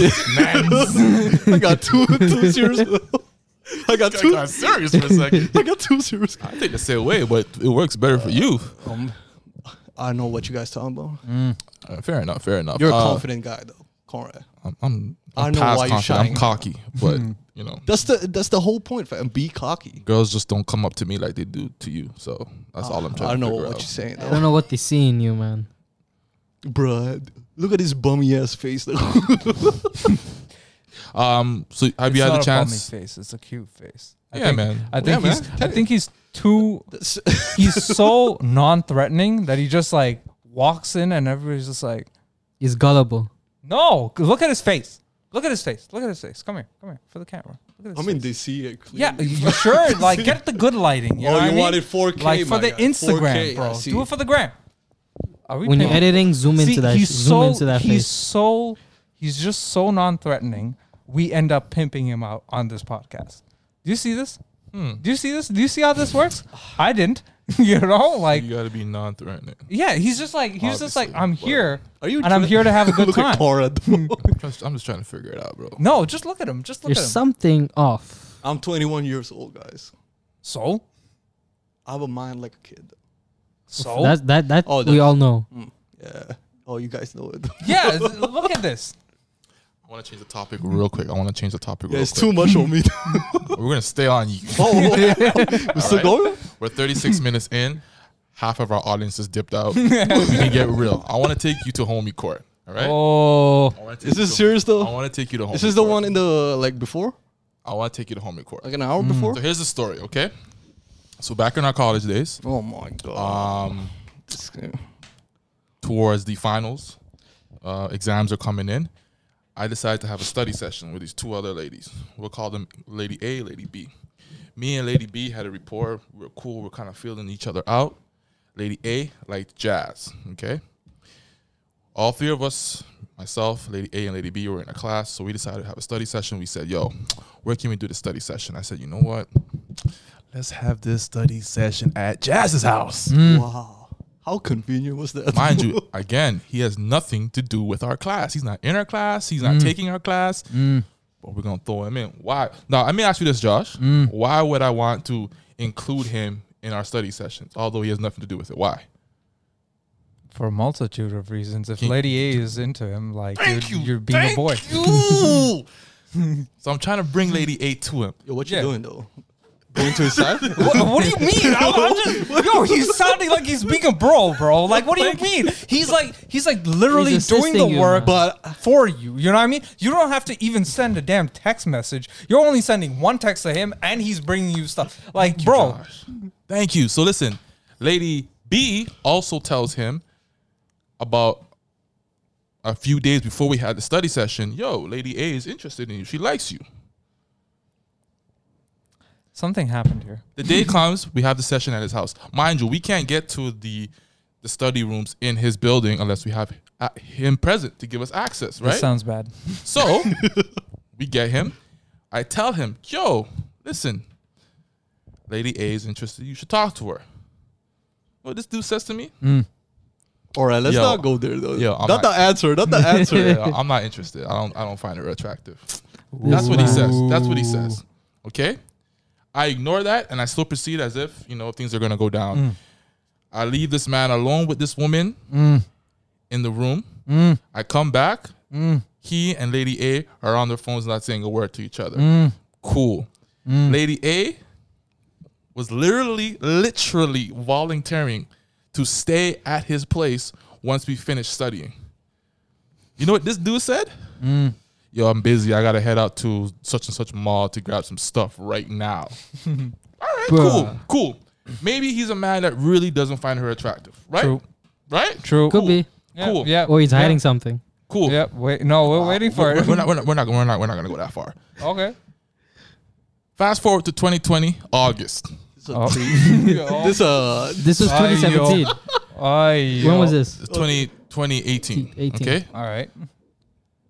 Speaker 3: I got two two serious. I got
Speaker 1: I
Speaker 3: two.
Speaker 1: got serious for a second.
Speaker 3: I got two serious.
Speaker 1: I think the same way, but it works better for you.
Speaker 3: Um, I know what you guys talking about.
Speaker 1: Uh, fair enough. Fair enough.
Speaker 3: You're a
Speaker 1: Uh,
Speaker 3: confident guy though, Conrad.
Speaker 1: I'm. I'm,
Speaker 3: I
Speaker 1: I'm
Speaker 3: know
Speaker 1: past
Speaker 3: why Hmm. you're
Speaker 1: confident. I'm
Speaker 3: shying.
Speaker 1: cocky, but you know,
Speaker 3: That's the that's the whole point, fam. Be cocky.
Speaker 1: girls just don't come up to me like they do to you. So that's all I'm trying
Speaker 3: Ah, I
Speaker 1: to
Speaker 3: know
Speaker 1: figure
Speaker 3: what
Speaker 1: out.
Speaker 3: you're saying
Speaker 4: I
Speaker 3: though,
Speaker 4: don't know what they see in you, man.
Speaker 3: bruh. Look at his bummy ass face though.
Speaker 1: Um. So have you
Speaker 2: It's
Speaker 1: had a
Speaker 2: not
Speaker 1: chance?
Speaker 2: bummy face. It's a cute face. I
Speaker 1: Yeah,
Speaker 2: think,
Speaker 1: man.
Speaker 2: I think
Speaker 3: Yeah,
Speaker 2: he's.
Speaker 3: man.
Speaker 2: I think he's too.
Speaker 3: That's-
Speaker 2: He's so non-threatening that he just like walks in and everybody's just like,
Speaker 4: He's gullible.
Speaker 2: no, look at his face. Look at his face. Look at his face. Come here. Come here for the camera. Look at
Speaker 6: I
Speaker 2: his
Speaker 6: mean,
Speaker 2: face.
Speaker 6: they see it
Speaker 2: Yeah,
Speaker 6: clearly.
Speaker 2: you sure. Like, get the good lighting. You
Speaker 6: oh,
Speaker 2: know what I
Speaker 6: you
Speaker 2: mean?
Speaker 6: wanted 4K,
Speaker 2: like for
Speaker 6: my
Speaker 2: the
Speaker 6: guy.
Speaker 2: Instagram,
Speaker 6: 4K, I
Speaker 2: bro.
Speaker 6: see.
Speaker 2: Do it for the gram. Are we
Speaker 4: When you're
Speaker 2: paying-
Speaker 4: editing, zoom
Speaker 2: See,
Speaker 4: into that.
Speaker 2: He's
Speaker 4: zoom
Speaker 2: so,
Speaker 4: into that
Speaker 2: he's
Speaker 4: face.
Speaker 2: so he's just so non-threatening. We end up pimping him out on this podcast. Do you see this? Hmm. Do you see this? Do you see how this works? I didn't. you know, like
Speaker 1: you gotta be non-threatening.
Speaker 2: yeah, he's just like he's just like
Speaker 1: Obviously,
Speaker 2: I'm
Speaker 1: but-
Speaker 2: here
Speaker 3: Are you?
Speaker 2: and I'm
Speaker 3: trying-
Speaker 2: here to have a good
Speaker 3: Look
Speaker 2: time.
Speaker 3: at Cora. though.
Speaker 1: I'm just, I'm just trying to figure it out, bro.
Speaker 3: Hmm.
Speaker 2: No, just look at him. Just look
Speaker 4: There's
Speaker 2: at him.
Speaker 4: something off.
Speaker 3: I'm 21 years old, guys.
Speaker 2: So
Speaker 3: I have a mind like a kid.
Speaker 2: so
Speaker 4: That that that
Speaker 3: Oh,
Speaker 4: we
Speaker 3: that-
Speaker 4: all know.
Speaker 3: Yeah. Oh, you guys know it.
Speaker 2: yeah, th- look at this.
Speaker 1: I want to change the topic real quick. I want to change the topic
Speaker 3: yeah,
Speaker 1: real
Speaker 3: it's
Speaker 1: quick.
Speaker 3: too much on me.
Speaker 1: We're gonna stay on you.
Speaker 3: oh, we're still
Speaker 1: right.
Speaker 3: going?
Speaker 1: We're 36 minutes in. Half of our audience has dipped out. we can get real. I want to take you to homie court. All right.
Speaker 2: Oh,
Speaker 1: I wanna take
Speaker 3: Is
Speaker 1: you
Speaker 3: this
Speaker 1: to-
Speaker 3: serious
Speaker 1: I
Speaker 3: though?
Speaker 1: want to take you to homie.
Speaker 3: Is this the
Speaker 1: court.
Speaker 3: one in the like before?
Speaker 1: I want to take you to homie court.
Speaker 3: Like an hour before?
Speaker 1: Mm. So here's the story, okay? So back in our college days,
Speaker 3: Oh my god.
Speaker 1: um,
Speaker 3: This guy.
Speaker 1: towards the finals, uh, exams are coming in. I decided to have a study session with these two other ladies. We'll call them Lady A, Lady B. Me and Lady B had a rapport. We are cool. We are kind of feeling each other out. Lady A liked jazz. Okay. All three of us, myself, Lady A, and Lady B, were in a class. So we decided to have a study session. We said, yo, where can we do the study session? I said, you know what? Let's have this study session at Jazz's house.
Speaker 3: Wow. How convenient was that?
Speaker 1: Hmm. Mind you, again, he has nothing to do with our class. He's not in our class. He's
Speaker 2: Mm.
Speaker 1: not taking our class. But we're gonna throw him in. Why? Now, let me ask you this, Josh.
Speaker 2: Mm.
Speaker 1: Why would I want to include him in our study sessions, although he has nothing to do with it? Why?
Speaker 2: for a multitude of reasons. If
Speaker 1: Can-
Speaker 2: Lady A is into him, like
Speaker 1: Thank
Speaker 2: you're,
Speaker 1: you.
Speaker 2: you're being
Speaker 1: Thank
Speaker 2: a boy.
Speaker 1: you. so I'm trying to bring Lady A to him.
Speaker 3: Yo, what
Speaker 2: Yeah.
Speaker 3: you doing though? Going to his side?
Speaker 2: What, what do you mean? I'm, I'm just yo. He's sounding like he's being a bro, bro. Like, what do you mean? He's like he's like literally
Speaker 4: He's
Speaker 2: doing the
Speaker 4: assisting you,
Speaker 2: work,
Speaker 4: man.
Speaker 2: for you. You know what I mean? You don't have to even send a damn text message. You're only sending one text to him, and he's bringing you stuff. Like, bro,
Speaker 1: Josh. Thank you. So listen, Lady B also tells him about a few days before we had the study session. Yo, Lady A is interested in you. She likes you.
Speaker 2: something happened here.
Speaker 1: The day comes, we have the session at his house. Mind you, we can't get to the the study rooms in his building unless we have uh, him present to give us access,
Speaker 2: This
Speaker 1: right?
Speaker 2: sounds bad.
Speaker 1: So we get him. I tell him, yo, listen, Lady A is interested. You should talk to her. What this dude says to me?
Speaker 3: All right, let's
Speaker 1: Yo.
Speaker 3: not go there though.
Speaker 1: Yo, I'm
Speaker 3: not,
Speaker 1: not- Oh.
Speaker 3: the answer. Not the answer.
Speaker 1: Yeah, I'm not interested. I don't I don't find her attractive. That's what he says. That's what he says. Okay? I ignore that and I still proceed as if, you know, things are gonna go down. I leave this man alone with this woman in the room. I come back. He and Lady A are on their phones not saying a word to each other. Cool.
Speaker 2: Mm.
Speaker 1: Lady A was literally, literally volunteering to stay at his place once we finished studying. You know what this dude said?
Speaker 2: Mm.
Speaker 1: Yo, I'm busy. I gotta head out to such and such mall to grab some stuff right now. All right,
Speaker 4: Bruh.
Speaker 1: cool, cool. Maybe he's a man that really doesn't find her attractive, right?
Speaker 2: True.
Speaker 1: Right?
Speaker 2: True.
Speaker 4: Could be.
Speaker 2: Yeah,
Speaker 1: Cool.
Speaker 2: Yeah.
Speaker 4: Or Oh, he's
Speaker 2: yeah,
Speaker 4: hiding something.
Speaker 1: Cool.
Speaker 2: Yeah. Wait. No, we're waiting for
Speaker 1: We're,
Speaker 2: it.
Speaker 1: we're not, we're not. We're not. We're not. We're not gonna go that far.
Speaker 2: Okay.
Speaker 1: Fast forward to 2020 August.
Speaker 3: It's a
Speaker 2: Oh.
Speaker 3: tree. this uh
Speaker 4: This was
Speaker 2: Ayo.
Speaker 4: 2017.
Speaker 2: Ay,
Speaker 4: When
Speaker 2: yo.
Speaker 4: was this?
Speaker 1: 20, 2018.
Speaker 4: 18.
Speaker 1: Okay.
Speaker 2: All right.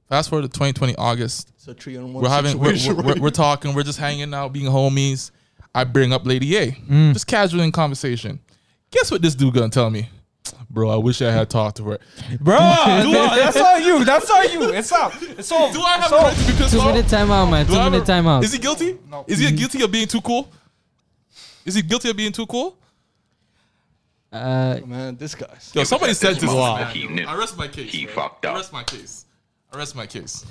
Speaker 1: Fast forward to 2020 August.
Speaker 3: it's a tree on one
Speaker 1: We're having. We're,
Speaker 3: situation,
Speaker 1: we're, we're,
Speaker 3: right?
Speaker 1: we're talking. We're just hanging out, being homies. I bring up Lady A, just casual in conversation. Guess what this dude gonna tell me? Bro, I wish I had talked to her.
Speaker 2: Bro, that's all you. That's all you. It's up. It's all.
Speaker 1: Do I have
Speaker 2: it's all-
Speaker 1: a right to be pissed
Speaker 4: Two
Speaker 1: off?
Speaker 4: minute timeout, man.
Speaker 1: Do
Speaker 4: Two
Speaker 1: I have
Speaker 4: minute
Speaker 1: a-
Speaker 4: timeout.
Speaker 1: Is he guilty?
Speaker 2: No.
Speaker 1: Is he guilty of being too cool? Is he guilty of being too cool?
Speaker 4: Uh,
Speaker 3: man, this guy's
Speaker 1: Yo, somebody said this.
Speaker 5: Wow.
Speaker 1: man.
Speaker 5: He knew.
Speaker 1: I rest my case.
Speaker 5: He
Speaker 1: man.
Speaker 5: fucked up.
Speaker 1: I rest my case. I rest my case.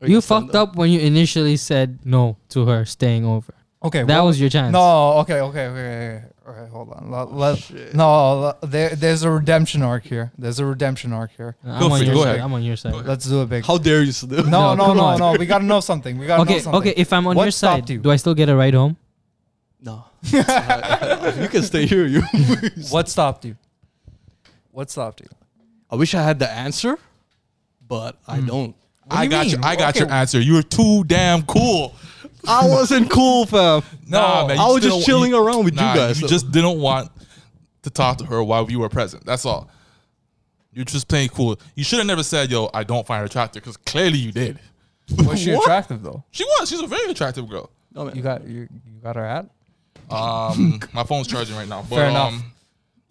Speaker 4: you fucked up when you initially said no to her staying over.
Speaker 2: Okay,
Speaker 4: That
Speaker 2: well-
Speaker 4: was your chance.
Speaker 2: No, okay, okay, okay. All right, hold on.
Speaker 3: Oh,
Speaker 2: Let, let- no, le- there, there's a redemption arc here. There's a redemption arc here.
Speaker 4: I'm
Speaker 1: Go
Speaker 4: on
Speaker 1: for it,
Speaker 4: your
Speaker 1: go
Speaker 4: side.
Speaker 1: ahead.
Speaker 4: I'm on your side.
Speaker 2: Let's do it big.
Speaker 3: How dare you Sudhir?
Speaker 4: No,
Speaker 2: no, no,
Speaker 4: come
Speaker 2: no,
Speaker 4: on.
Speaker 2: no, We gotta know something. We gotta know
Speaker 4: Okay,
Speaker 2: something.
Speaker 4: okay. If I'm on
Speaker 2: What
Speaker 4: your
Speaker 2: stopped
Speaker 4: side,
Speaker 2: you?
Speaker 4: do I still get a ride home?
Speaker 3: No. you can stay here, you.
Speaker 2: what stopped you? What stopped you?
Speaker 3: I wish I had the answer, but
Speaker 1: Hmm.
Speaker 3: I don't.
Speaker 1: I
Speaker 2: you
Speaker 1: got
Speaker 2: mean?
Speaker 1: your I got your
Speaker 2: Okay.
Speaker 1: answer. You're too damn cool.
Speaker 3: I wasn't cool, fam.
Speaker 1: Nah, man. you
Speaker 3: I was
Speaker 1: still-
Speaker 3: just chilling
Speaker 1: you-
Speaker 3: around with
Speaker 1: nah,
Speaker 3: you guys.
Speaker 1: You just didn't want to talk to her while you were present. That's all. You're just playing cool. You should have never said, "Yo, I don't find her attractive," because clearly you did.
Speaker 2: Was she
Speaker 3: What?
Speaker 2: attractive though?
Speaker 1: She was. She's a very attractive girl.
Speaker 3: No, man.
Speaker 2: You got you, you got her at?
Speaker 1: Um, my phone's charging right now. But,
Speaker 2: Fair enough.
Speaker 1: Um,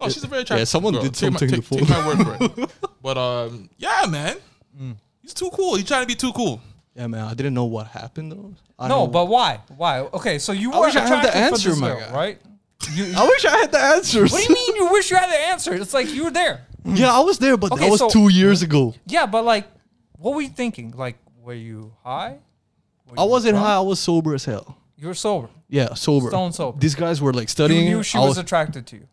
Speaker 1: oh, she's a very attractive.
Speaker 3: someone
Speaker 1: girl.
Speaker 3: did
Speaker 1: Take my-
Speaker 3: something
Speaker 1: Take
Speaker 3: before.
Speaker 1: take my, word for it. But um, yeah, man,
Speaker 3: Mm.
Speaker 1: he's too cool. He's trying to be too cool.
Speaker 3: yeah, man. I didn't know what happened though. I
Speaker 2: No,
Speaker 3: don't-
Speaker 2: but why? Why? Okay, so you were
Speaker 3: wish I had the
Speaker 2: attracted
Speaker 3: answer,
Speaker 2: for this
Speaker 3: my
Speaker 2: girl,
Speaker 3: guy.
Speaker 2: right? You,
Speaker 3: I wish I had the answers.
Speaker 2: what do you mean you wish you had the answer? It's like you were there.
Speaker 3: yeah, I was there, but
Speaker 2: Okay,
Speaker 3: that was
Speaker 2: so-
Speaker 3: two years ago.
Speaker 2: Yeah, but like, what were you thinking? Like, were you high? Were
Speaker 3: I
Speaker 2: you
Speaker 3: wasn't
Speaker 2: drunk?
Speaker 3: high. I was sober as hell.
Speaker 2: You were sober.
Speaker 3: Yeah, sober.
Speaker 2: Stone sober.
Speaker 3: These guys were like
Speaker 2: You
Speaker 3: studying.
Speaker 2: knew she
Speaker 3: I
Speaker 2: was attracted to you.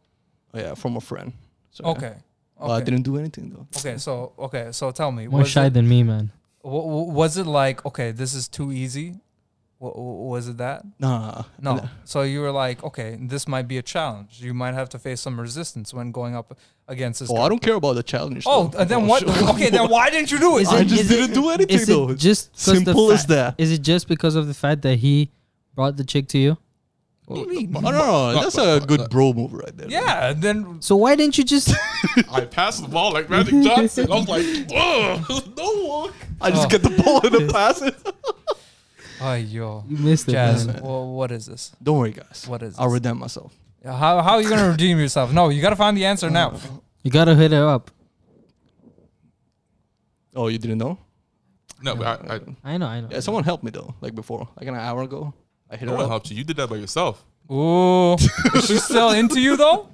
Speaker 3: oh, yeah from a friend. So, yeah.
Speaker 2: Okay.
Speaker 3: But I
Speaker 2: Okay.
Speaker 3: didn't do anything though.
Speaker 2: okay. So okay. So tell me,
Speaker 4: More
Speaker 2: was
Speaker 4: shy
Speaker 2: it,
Speaker 4: than me, man.
Speaker 2: wa- wa- was it like okay, this is too easy? Wa- wa- Was it that?
Speaker 3: Nah.
Speaker 2: No.
Speaker 3: Nah.
Speaker 2: So you were like, okay, this might be a challenge. You might have to face some resistance when going up against this.
Speaker 3: Oh, I don't care about the challenge.
Speaker 2: Oh,
Speaker 3: though.
Speaker 2: uh, then what? Okay, then why didn't you do it?
Speaker 3: I just didn't do anything
Speaker 4: Is
Speaker 3: though.
Speaker 4: it just 'cause the
Speaker 3: simple as
Speaker 4: fa-
Speaker 3: that.
Speaker 4: Is it just because of the fact that he brought the chick to you?
Speaker 1: What do you
Speaker 3: I don't know. That's a good bro move right there.
Speaker 2: yeah. Then
Speaker 4: So why didn't you just?
Speaker 1: I passed the ball like Magic Johnson. I was like, "Ugh, no look."
Speaker 3: I just get the ball and the pass it.
Speaker 2: oh, yo,
Speaker 4: You missed it,
Speaker 2: Jazz.
Speaker 4: man.
Speaker 2: wha- what is this?
Speaker 3: Don't worry, guys.
Speaker 2: What is
Speaker 3: I'll
Speaker 2: this?
Speaker 3: redeem myself.
Speaker 2: How how are you gonna redeem yourself? No, you gotta find the answer now.
Speaker 4: you gotta hit her up.
Speaker 3: Oh, you didn't know?
Speaker 1: No, but I, I,
Speaker 4: I know, I know.
Speaker 3: Yeah, someone helped me though. Like before, like an hour ago, I hit
Speaker 1: no
Speaker 2: Oh,
Speaker 3: her
Speaker 1: one
Speaker 3: up.
Speaker 1: helped you. You did that by yourself.
Speaker 2: Ooh, is she still into you though?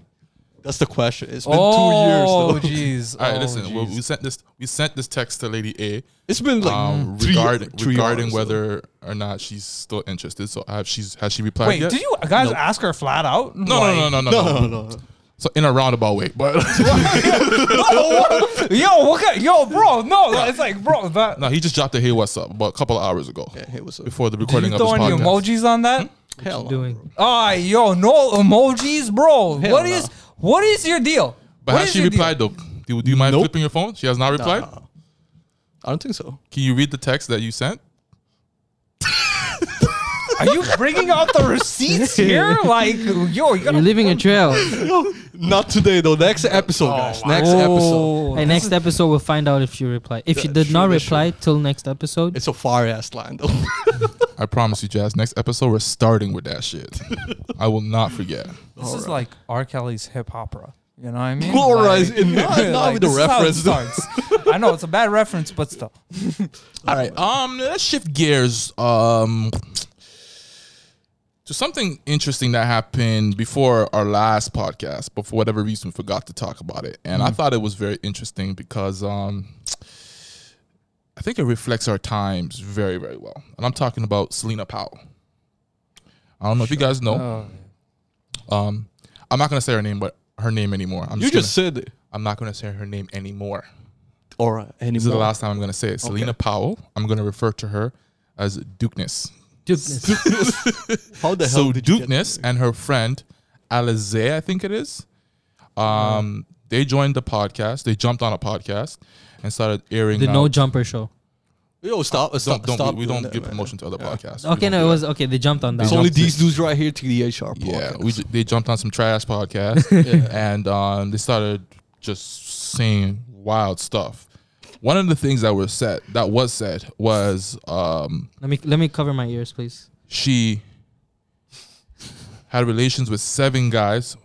Speaker 3: That's the question. It's been
Speaker 2: oh,
Speaker 3: two years though.
Speaker 2: jeez.
Speaker 1: All right,
Speaker 2: oh,
Speaker 1: listen. we-
Speaker 2: jeez.
Speaker 1: we sent this. We sent this text to Lady A.
Speaker 3: It's been like
Speaker 1: um,
Speaker 3: Mm-hmm. three,
Speaker 1: regarding
Speaker 3: three
Speaker 1: regarding
Speaker 3: hours, though.
Speaker 1: whether or not she's still interested. So have she's has she replied
Speaker 2: Wait,
Speaker 1: yet?
Speaker 2: did you guys ask her flat out?
Speaker 1: No, no, no, no, no, no,
Speaker 3: No, no, no.
Speaker 1: So in a roundabout way, but
Speaker 2: Yo, what kind, yo, bro, no, it's like, bro, that.
Speaker 1: no, he just dropped a hey, what's up? About a couple of hours ago,
Speaker 3: Yeah, it was a
Speaker 1: before the
Speaker 2: Did
Speaker 1: recording
Speaker 2: you
Speaker 1: of this
Speaker 2: throw any
Speaker 1: podcast.
Speaker 2: emojis on
Speaker 3: Hmm?
Speaker 2: that?
Speaker 3: hell. no, bro.
Speaker 4: doing.
Speaker 2: Ah, yo, no emojis, bro. What is
Speaker 3: Hell no.
Speaker 2: what is your deal?
Speaker 1: But
Speaker 2: What
Speaker 1: has
Speaker 2: is
Speaker 1: she
Speaker 2: your deal?
Speaker 1: replied though? Do, do you mind
Speaker 3: Nope.
Speaker 1: flipping your phone? She has not replied.
Speaker 3: Nah. I don't think so.
Speaker 1: Can you read the text that you sent?
Speaker 2: Are you bringing out the receipts here? Like, yo, you gotta.
Speaker 4: You're leaving a trail.
Speaker 3: Not today though.
Speaker 1: Oh,
Speaker 3: Next episode, guys. Next episode.
Speaker 2: Oh,
Speaker 4: And
Speaker 2: this
Speaker 4: next episode, we'll find out if she replied. If she
Speaker 3: Yeah,
Speaker 4: did
Speaker 3: sure,
Speaker 4: not
Speaker 3: they
Speaker 4: reply till next episode,
Speaker 3: It's a far ass line though.
Speaker 1: I promise you, Jazz. Next episode, we're starting with that shit. I will not forget.
Speaker 2: This is like R. Kelly's hip opera. You know what I mean?
Speaker 3: Polarized in not,
Speaker 2: Like-
Speaker 3: not
Speaker 2: like,
Speaker 3: with the
Speaker 2: this is how it
Speaker 3: reference. though.
Speaker 2: starts. I know it's a bad reference, but still.
Speaker 1: All right. Um, let's shift gears. Um, to something interesting that happened before our last podcast, but for whatever reason, we forgot to talk about it. And I thought it was very interesting because um, I think it reflects our times very, very well. And I'm talking about Selena Powell. I don't know if you guys know.
Speaker 2: Oh.
Speaker 1: Um, I'm not gonna say her name, but her name anymore. I'm
Speaker 3: You
Speaker 1: just, gonna-
Speaker 3: just said it.
Speaker 1: I'm not gonna say her name anymore.
Speaker 3: Or uh, any
Speaker 1: This is the last time I'm going to say it. Selena Powell. I'm going to refer to her as Dukeness.
Speaker 4: Dukeness.
Speaker 3: How the hell
Speaker 1: So
Speaker 3: did you get
Speaker 1: Dukeness and her friend Alize, I think it is.
Speaker 3: Uh-huh.
Speaker 1: Um, they joined the podcast. They jumped on a podcast and started airing.
Speaker 4: the
Speaker 1: out-
Speaker 4: No Jumper show.
Speaker 3: Yo, stop!
Speaker 1: don't,
Speaker 3: Stop!
Speaker 1: don't,
Speaker 3: stop
Speaker 1: we, we
Speaker 3: doing
Speaker 1: don't
Speaker 3: that,
Speaker 1: give
Speaker 3: man.
Speaker 1: promotion to other podcasts. We
Speaker 4: Okay,
Speaker 1: don't
Speaker 4: no,
Speaker 1: do that.
Speaker 4: it was okay. They jumped on that.
Speaker 3: It's
Speaker 4: one.
Speaker 3: only
Speaker 1: Jumped it.
Speaker 3: these dudes right here to the HR.
Speaker 1: Yeah,
Speaker 3: podcast.
Speaker 1: we ju- they jumped on some trash podcast and um, they started just saying wild stuff. One of the things that were said, that was said, was um,
Speaker 4: Let me let me cover my ears, please.
Speaker 1: she had relations with seven guys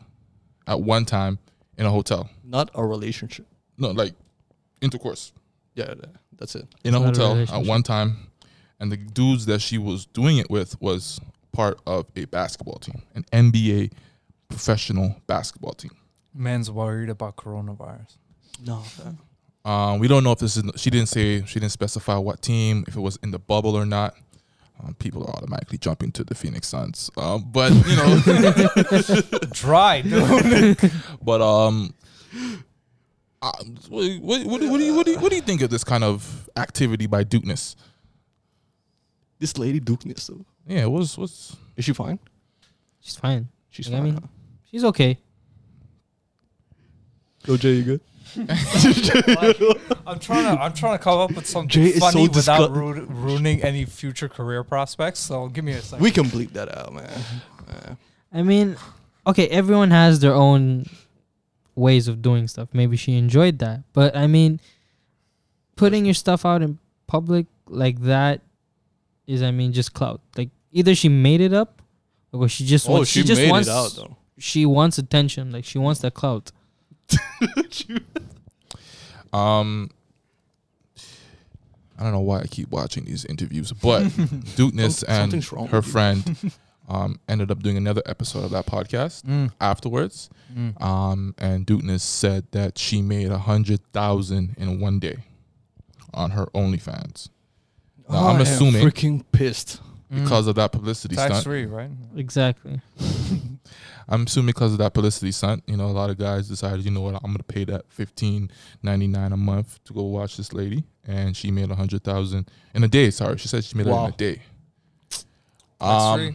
Speaker 1: at one time in a hotel.
Speaker 3: not a relationship.
Speaker 1: No, like intercourse
Speaker 3: Yeah, yeah, that's it.
Speaker 1: in a
Speaker 4: not a
Speaker 1: hotel at
Speaker 4: relationship.
Speaker 1: one time. And the dudes that she was doing it with was part of a basketball team, an NBA professional basketball team.
Speaker 2: Man's worried about coronavirus.
Speaker 3: No,
Speaker 1: Um, we don't know if this is. She didn't say. She didn't specify what team, if it was in the bubble or not. Um, people are automatically jumping to the Phoenix Suns, um, but you know.
Speaker 2: Dry, dude.
Speaker 1: But um, uh, what, what, what, do- what do you what do you, what do you think of this kind of activity by Dukeness?
Speaker 3: this lady Dukeness though.
Speaker 1: Yeah, what's what's
Speaker 3: Is she fine?
Speaker 4: She's fine.
Speaker 3: She's
Speaker 4: Like, I
Speaker 3: fine.
Speaker 4: mean-
Speaker 3: huh?
Speaker 4: She's okay.
Speaker 3: Yo, Jay, you good?
Speaker 2: I'm trying to I'm trying to come up with something
Speaker 3: Jay is so
Speaker 2: funny without
Speaker 3: disgust-
Speaker 2: ru- ruining any future career prospects. So give me a second.
Speaker 3: We can bleep that out, man. man.
Speaker 4: I mean, okay, everyone has their own ways of doing stuff. Maybe she enjoyed that, but I mean, putting your stuff out in public like that is, I mean, just clout. Like either she made it up, or she just
Speaker 3: Oh,
Speaker 4: wants,
Speaker 3: she,
Speaker 4: she, just
Speaker 3: made
Speaker 4: wants
Speaker 3: it out though.
Speaker 4: she wants attention. Like she wants that clout.
Speaker 1: Um, I don't know why I keep watching these interviews, but Duteness
Speaker 3: Some-
Speaker 1: and
Speaker 3: Oh, something's wrong
Speaker 1: her
Speaker 3: with you.
Speaker 1: friend um, ended up doing another episode of that podcast
Speaker 2: Mm,
Speaker 1: afterwards.
Speaker 2: mm.
Speaker 1: Um, and Duteness said that she made a hundred thousand in one day on her OnlyFans Now, I'm
Speaker 3: I am
Speaker 1: assuming-
Speaker 3: freaking pissed.
Speaker 1: because of that publicity
Speaker 2: Tax
Speaker 1: stunt.
Speaker 2: free, right?
Speaker 4: Exactly.
Speaker 1: I'm assuming because of that publicity stunt, you know, a lot of guys decided, you know what, I'm gonna pay that fifteen ninety nine a month to go watch this lady, and she made a hundred thousand in a day. Sorry, she said she made
Speaker 3: Wow.
Speaker 1: it in a day.
Speaker 2: That's
Speaker 1: Um,
Speaker 2: free.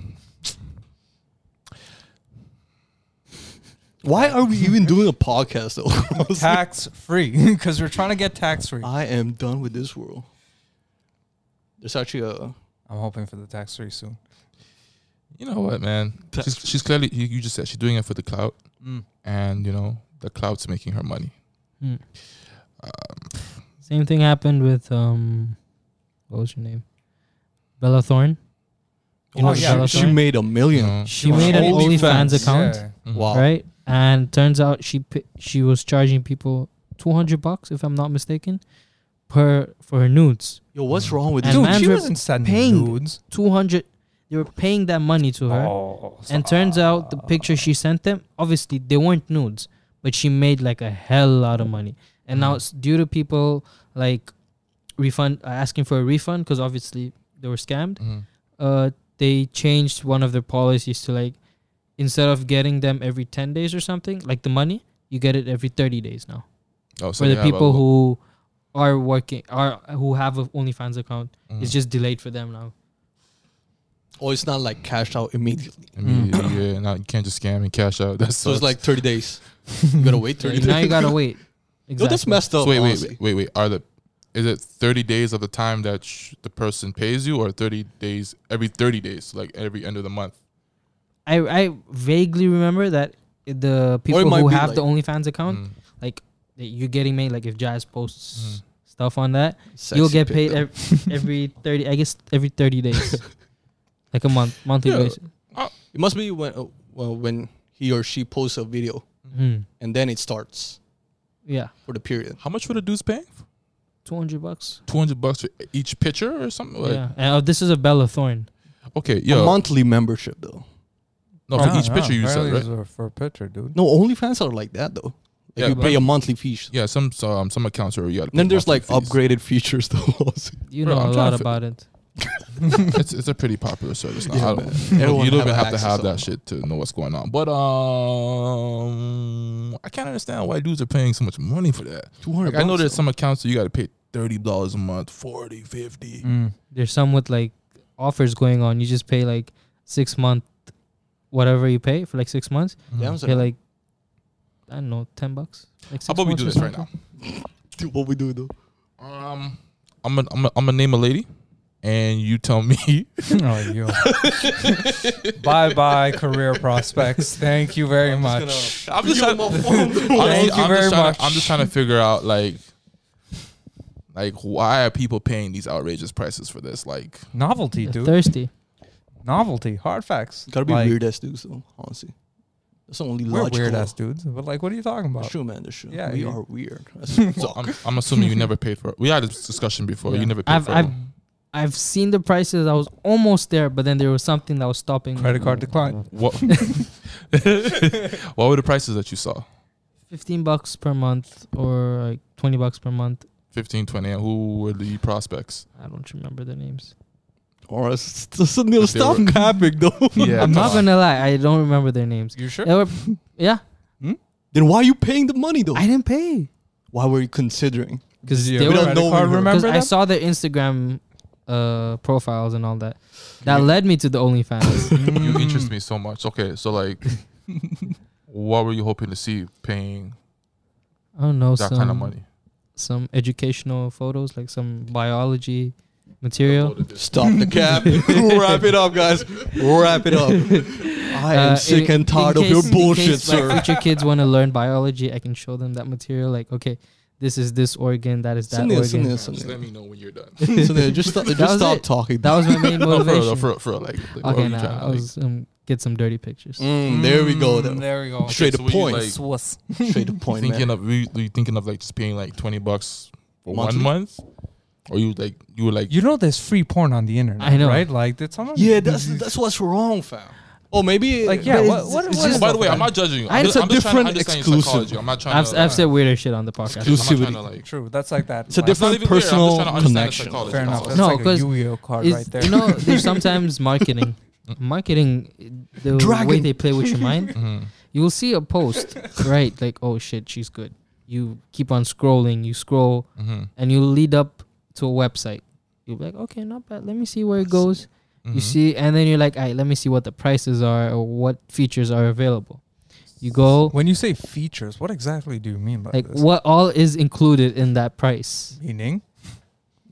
Speaker 3: Why are we even doing a podcast though?
Speaker 2: Tax free, because we're trying to get tax free.
Speaker 3: I am done with this world. There's actually a
Speaker 2: I'm hoping for the tax free soon.
Speaker 1: You know what, man?
Speaker 3: That's-
Speaker 1: She's, she's clearly you, you just said she's doing it for the clout,
Speaker 2: Mm.
Speaker 1: and you know the clout's making her money.
Speaker 4: Mm.
Speaker 1: Um,
Speaker 4: Same thing happened with um, what was her name? Bella Thorne. You
Speaker 2: Oh,
Speaker 4: know
Speaker 2: yeah,
Speaker 4: Bella
Speaker 3: she,
Speaker 4: Thorne?
Speaker 3: made a
Speaker 1: you
Speaker 3: million.
Speaker 1: know,
Speaker 4: She
Speaker 2: on
Speaker 4: made an
Speaker 3: OnlyFans.
Speaker 4: OnlyFans account.
Speaker 2: Yeah.
Speaker 1: Mhm.
Speaker 3: Wow.
Speaker 4: right? And turns out she p- she was charging people two hundred bucks, if I'm not mistaken, per for her nudes.
Speaker 3: Yo, what's wrong with
Speaker 4: And
Speaker 3: this?
Speaker 2: Dude,
Speaker 4: mans
Speaker 2: she
Speaker 4: were
Speaker 2: wasn't sending
Speaker 4: paying
Speaker 2: nudes.
Speaker 4: Two hundred, they were paying that money to her.
Speaker 2: Oh,
Speaker 4: And turns out the picture she sent them, obviously they weren't nudes, but she made like a hell lot of money. And now it's due to people like refund uh, asking for a refund because obviously they were scammed.
Speaker 1: Mhm.
Speaker 4: Uh, they changed one of their policies to like instead of getting them every ten days or something, like the money, you get it every thirty days now.
Speaker 1: Oh,
Speaker 4: for
Speaker 1: they
Speaker 4: the
Speaker 1: have a
Speaker 4: people
Speaker 1: lo-
Speaker 4: who are working are who have a OnlyFans account.
Speaker 1: Mhm.
Speaker 3: Mm.
Speaker 4: It's just delayed for them now.
Speaker 3: Oh, it's not like cashed out immediately.
Speaker 1: immediately, yeah, now you can't just scam and cash out. That's
Speaker 3: So it's like 30 days. You gotta wait 30
Speaker 4: Like,
Speaker 3: days.
Speaker 4: now you gotta wait.
Speaker 3: Yo, that's messed up.
Speaker 1: So wait,
Speaker 3: honestly.
Speaker 1: wait, wait, wait. Are the is it thirty days of the time that sh- the person pays you, or thirty days every thirty days, like every end of the month?
Speaker 4: I I vaguely remember that the people
Speaker 3: might
Speaker 4: who
Speaker 3: be
Speaker 4: have the
Speaker 3: like-
Speaker 4: OnlyFans account,
Speaker 1: Mm.
Speaker 4: like that you're getting made. Like if Jazz
Speaker 3: Mm.
Speaker 4: posts stuff on that, you'll
Speaker 3: Sexy
Speaker 4: get paid
Speaker 3: pick,
Speaker 4: every,
Speaker 3: though.
Speaker 4: every thirty. I guess every thirty days, like a month, monthly
Speaker 1: Yeah.
Speaker 4: basis.
Speaker 3: It must be when uh, well, when he or she posts a video
Speaker 4: Mhm.
Speaker 3: and then it starts
Speaker 4: Yeah,
Speaker 3: for the period.
Speaker 1: How much were the dudes paying?
Speaker 4: two hundred bucks.
Speaker 1: Two hundred bucks for each picture or something. Like,
Speaker 4: yeah, and, oh, this is a Bella Thorne.
Speaker 1: Okay, yo,
Speaker 3: A monthly membership though.
Speaker 1: no, for
Speaker 2: Uh-huh.
Speaker 1: each picture you said, right?
Speaker 2: For a picture, dude.
Speaker 3: No, OnlyFans are like that though. Like
Speaker 1: Yeah,
Speaker 3: you
Speaker 1: but-
Speaker 3: pay a monthly fee.
Speaker 1: Yeah, some so, um, some accounts are you. gotta pay
Speaker 3: Then there's like
Speaker 1: monthly fees.
Speaker 3: upgraded features though.
Speaker 4: You
Speaker 1: Bro,
Speaker 4: know
Speaker 1: I'm
Speaker 4: a
Speaker 1: trying
Speaker 4: lot
Speaker 1: to fi-
Speaker 4: about it.
Speaker 1: it's, it's a pretty popular service now.
Speaker 3: Yeah,
Speaker 1: I don't,
Speaker 3: man.
Speaker 1: you
Speaker 3: Everyone
Speaker 1: don't even
Speaker 3: having
Speaker 1: have to
Speaker 3: access
Speaker 1: have
Speaker 3: to
Speaker 1: that
Speaker 3: it.
Speaker 1: shit to know what's going on. But um, I can't understand why dudes are paying so much money for that.
Speaker 3: 200
Speaker 1: Like, I know
Speaker 3: bucks,
Speaker 1: there's
Speaker 3: though.
Speaker 1: some accounts that you got to pay thirty dollars a month, 40 50
Speaker 2: Mm.
Speaker 4: there's some with like offers going on. You just pay like six month, whatever you pay for like six months.
Speaker 3: Damn,
Speaker 4: Pay like I don't know, ten bucks. Like six
Speaker 1: How about we
Speaker 4: months
Speaker 1: do
Speaker 4: or
Speaker 1: this right now?
Speaker 4: something.
Speaker 3: Dude, what we do though?
Speaker 1: Um, I'm gonna I'm gonna I'm gonna name a lady, and you tell me.
Speaker 2: oh, yo. bye bye, career prospects. Thank you very much.
Speaker 1: I'm just trying, honestly,
Speaker 2: Thank you
Speaker 1: I'm,
Speaker 2: very
Speaker 1: just trying
Speaker 2: much.
Speaker 1: to, I'm just trying to figure out like, like why are people paying these outrageous prices for this? Like,
Speaker 2: Novelty,
Speaker 4: You're
Speaker 2: dude.
Speaker 4: thirsty.
Speaker 2: Novelty. Hard facts.
Speaker 3: Gotta be
Speaker 2: Like,
Speaker 3: weird ass dudes though, honestly. That's the only
Speaker 2: We're
Speaker 3: logical.
Speaker 2: weird ass dudes. But, like, what are you talking
Speaker 3: That's
Speaker 2: about?
Speaker 3: true, man. That's true.
Speaker 2: Yeah,
Speaker 3: we
Speaker 2: you-
Speaker 3: are weird. That's fuck.
Speaker 1: I'm, I'm assuming you never paid for it. We had this discussion before.
Speaker 2: Yeah.
Speaker 1: You never paid
Speaker 4: I've
Speaker 1: for
Speaker 4: I've
Speaker 1: it.
Speaker 4: I've seen the prices. I was almost there, but then there was something that was stopping. me.
Speaker 2: Credit card decline.
Speaker 1: What, what were the prices that you saw?
Speaker 4: Fifteen bucks per month or like twenty bucks per month.
Speaker 1: 15, 20, and who were the prospects?
Speaker 4: I don't remember the names.
Speaker 3: Or else- Sunil,
Speaker 1: were-
Speaker 3: stop capping though.
Speaker 1: Yeah,
Speaker 4: I'm not
Speaker 1: come on.
Speaker 4: gonna lie. I don't remember their names.
Speaker 2: You sure?
Speaker 4: They were, yeah,
Speaker 3: Then why are you paying the money though?
Speaker 4: I didn't pay
Speaker 3: why were you considering?
Speaker 4: because
Speaker 2: Did
Speaker 4: they
Speaker 2: your
Speaker 3: we
Speaker 4: were
Speaker 3: don't
Speaker 2: credit
Speaker 3: know
Speaker 2: card
Speaker 3: we were-
Speaker 4: Because
Speaker 2: remember
Speaker 4: I
Speaker 2: them?
Speaker 4: saw their Instagram uh, profiles and all that. That led me to the OnlyFans.
Speaker 1: You interest me so much. Okay, so like, what were you hoping to see paying
Speaker 4: I don't know
Speaker 1: that
Speaker 4: some
Speaker 1: kind of money.
Speaker 4: some educational photos, like some biology material.
Speaker 3: Stop the cap. Wrap it up, guys. Wrap it up. I am
Speaker 4: Uh,
Speaker 3: sick
Speaker 4: in-
Speaker 3: and tired
Speaker 4: in
Speaker 3: of your
Speaker 4: case- in
Speaker 3: bullshit,
Speaker 4: case,
Speaker 3: sir.
Speaker 4: Like, future kids want to learn biology. I can show them that material. Like, okay, this is this organ. That is that
Speaker 3: Sunil,
Speaker 4: organ.
Speaker 3: Sunil,
Speaker 1: Just let
Speaker 3: Sunil.
Speaker 1: me know when you're done.
Speaker 3: Sunil, just stop, just
Speaker 4: was
Speaker 3: stop
Speaker 4: it.
Speaker 3: talking.
Speaker 4: That was my main
Speaker 1: no, for
Speaker 4: motivation.
Speaker 1: real, though, for real, for real. Like, like what
Speaker 4: okay,
Speaker 1: are you
Speaker 4: now
Speaker 1: trying to
Speaker 4: I
Speaker 1: like-
Speaker 4: was um, get some dirty pictures.
Speaker 3: Mm, there we go.
Speaker 2: Mm,
Speaker 3: Though.
Speaker 2: There we go.
Speaker 3: Straight
Speaker 1: so
Speaker 3: to
Speaker 1: we,
Speaker 3: point.
Speaker 1: like-
Speaker 2: Swiss.
Speaker 3: Straight to point,
Speaker 1: thinking
Speaker 3: man.
Speaker 1: of were you, were you thinking of like just paying like twenty bucks for
Speaker 3: Monthly?
Speaker 1: one month, or you like you were like
Speaker 2: You know, there's free porn on the internet.
Speaker 4: I know.
Speaker 2: right? Like, did someone?
Speaker 3: Yeah, that's that's what's wrong, fam. Oh, maybe
Speaker 2: Like, yeah.
Speaker 4: But
Speaker 2: What?
Speaker 4: it's-
Speaker 2: What?
Speaker 4: it's
Speaker 2: what
Speaker 1: Oh,
Speaker 2: is
Speaker 1: by the way,
Speaker 2: that?
Speaker 1: I'm not judging you. I'm
Speaker 4: It's
Speaker 1: just,
Speaker 3: a
Speaker 1: I'm just trying
Speaker 3: different
Speaker 1: to understand your
Speaker 3: exclusive.
Speaker 1: psychology. I'm not trying
Speaker 4: I've
Speaker 1: to.
Speaker 4: I've said weirder shit on the podcast.
Speaker 1: I'm not trying to,
Speaker 3: exclusivity.
Speaker 1: like-
Speaker 2: True. That's like that.
Speaker 3: It's a
Speaker 2: like-
Speaker 1: It's not even weird. I'm just
Speaker 3: personal
Speaker 1: trying to understand the
Speaker 3: connection.
Speaker 1: psychology.
Speaker 2: Fair enough.
Speaker 1: That's
Speaker 2: That's
Speaker 1: all.
Speaker 4: No,
Speaker 2: like a
Speaker 4: 'cause
Speaker 2: Yu-Gi-Oh card
Speaker 4: Is-
Speaker 2: right there.
Speaker 4: You know, there's sometimes marketing. Marketing, the way
Speaker 3: Dragon.
Speaker 4: they play with your mind,
Speaker 1: Mhm.
Speaker 4: you will see a post, right? Like, oh shit, she's good. You keep on scrolling, you scroll,
Speaker 1: Mhm.
Speaker 4: and you lead up to a website. You'll be like, okay, not bad. Let me see where it goes. You
Speaker 1: Mhm.
Speaker 4: see, and then you're like, all right, let me see what the prices are or what features are available. You go,
Speaker 2: when you say features, what exactly do you mean by
Speaker 4: like,
Speaker 2: this?
Speaker 4: what all is included in that price?
Speaker 2: meaning?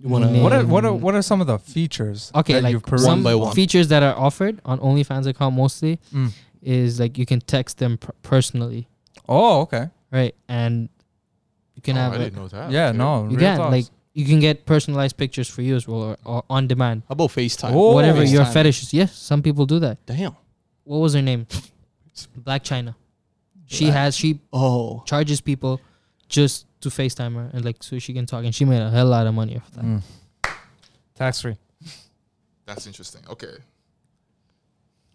Speaker 3: you wanna
Speaker 4: Name.
Speaker 2: What are what are what are some of the features?
Speaker 4: Okay,
Speaker 2: that
Speaker 4: like
Speaker 2: you've perused?
Speaker 4: some
Speaker 3: by one.
Speaker 4: features that are offered on OnlyFans account mostly
Speaker 2: Mm.
Speaker 4: is like you can text them per- personally,
Speaker 2: Oh, okay.
Speaker 4: right? And you can
Speaker 1: Oh,
Speaker 4: have
Speaker 1: I
Speaker 4: a-
Speaker 1: didn't know that.
Speaker 2: Yeah,
Speaker 1: Okay.
Speaker 2: no.
Speaker 4: you
Speaker 2: real
Speaker 4: can
Speaker 2: thoughts.
Speaker 4: like you can get personalized pictures for you as well or, or on demand.
Speaker 3: How about FaceTime?
Speaker 2: Oh.
Speaker 4: Whatever your
Speaker 3: FaceTime.
Speaker 4: fetish is. Yes, some people do that.
Speaker 3: Damn.
Speaker 4: What was her name? Black China. She
Speaker 3: Black-
Speaker 4: has she
Speaker 3: Oh.
Speaker 4: charges people just to FaceTime her and like so she can talk and she made a hell lot of money off that.
Speaker 2: Mm. tax free.
Speaker 1: That's interesting. Okay.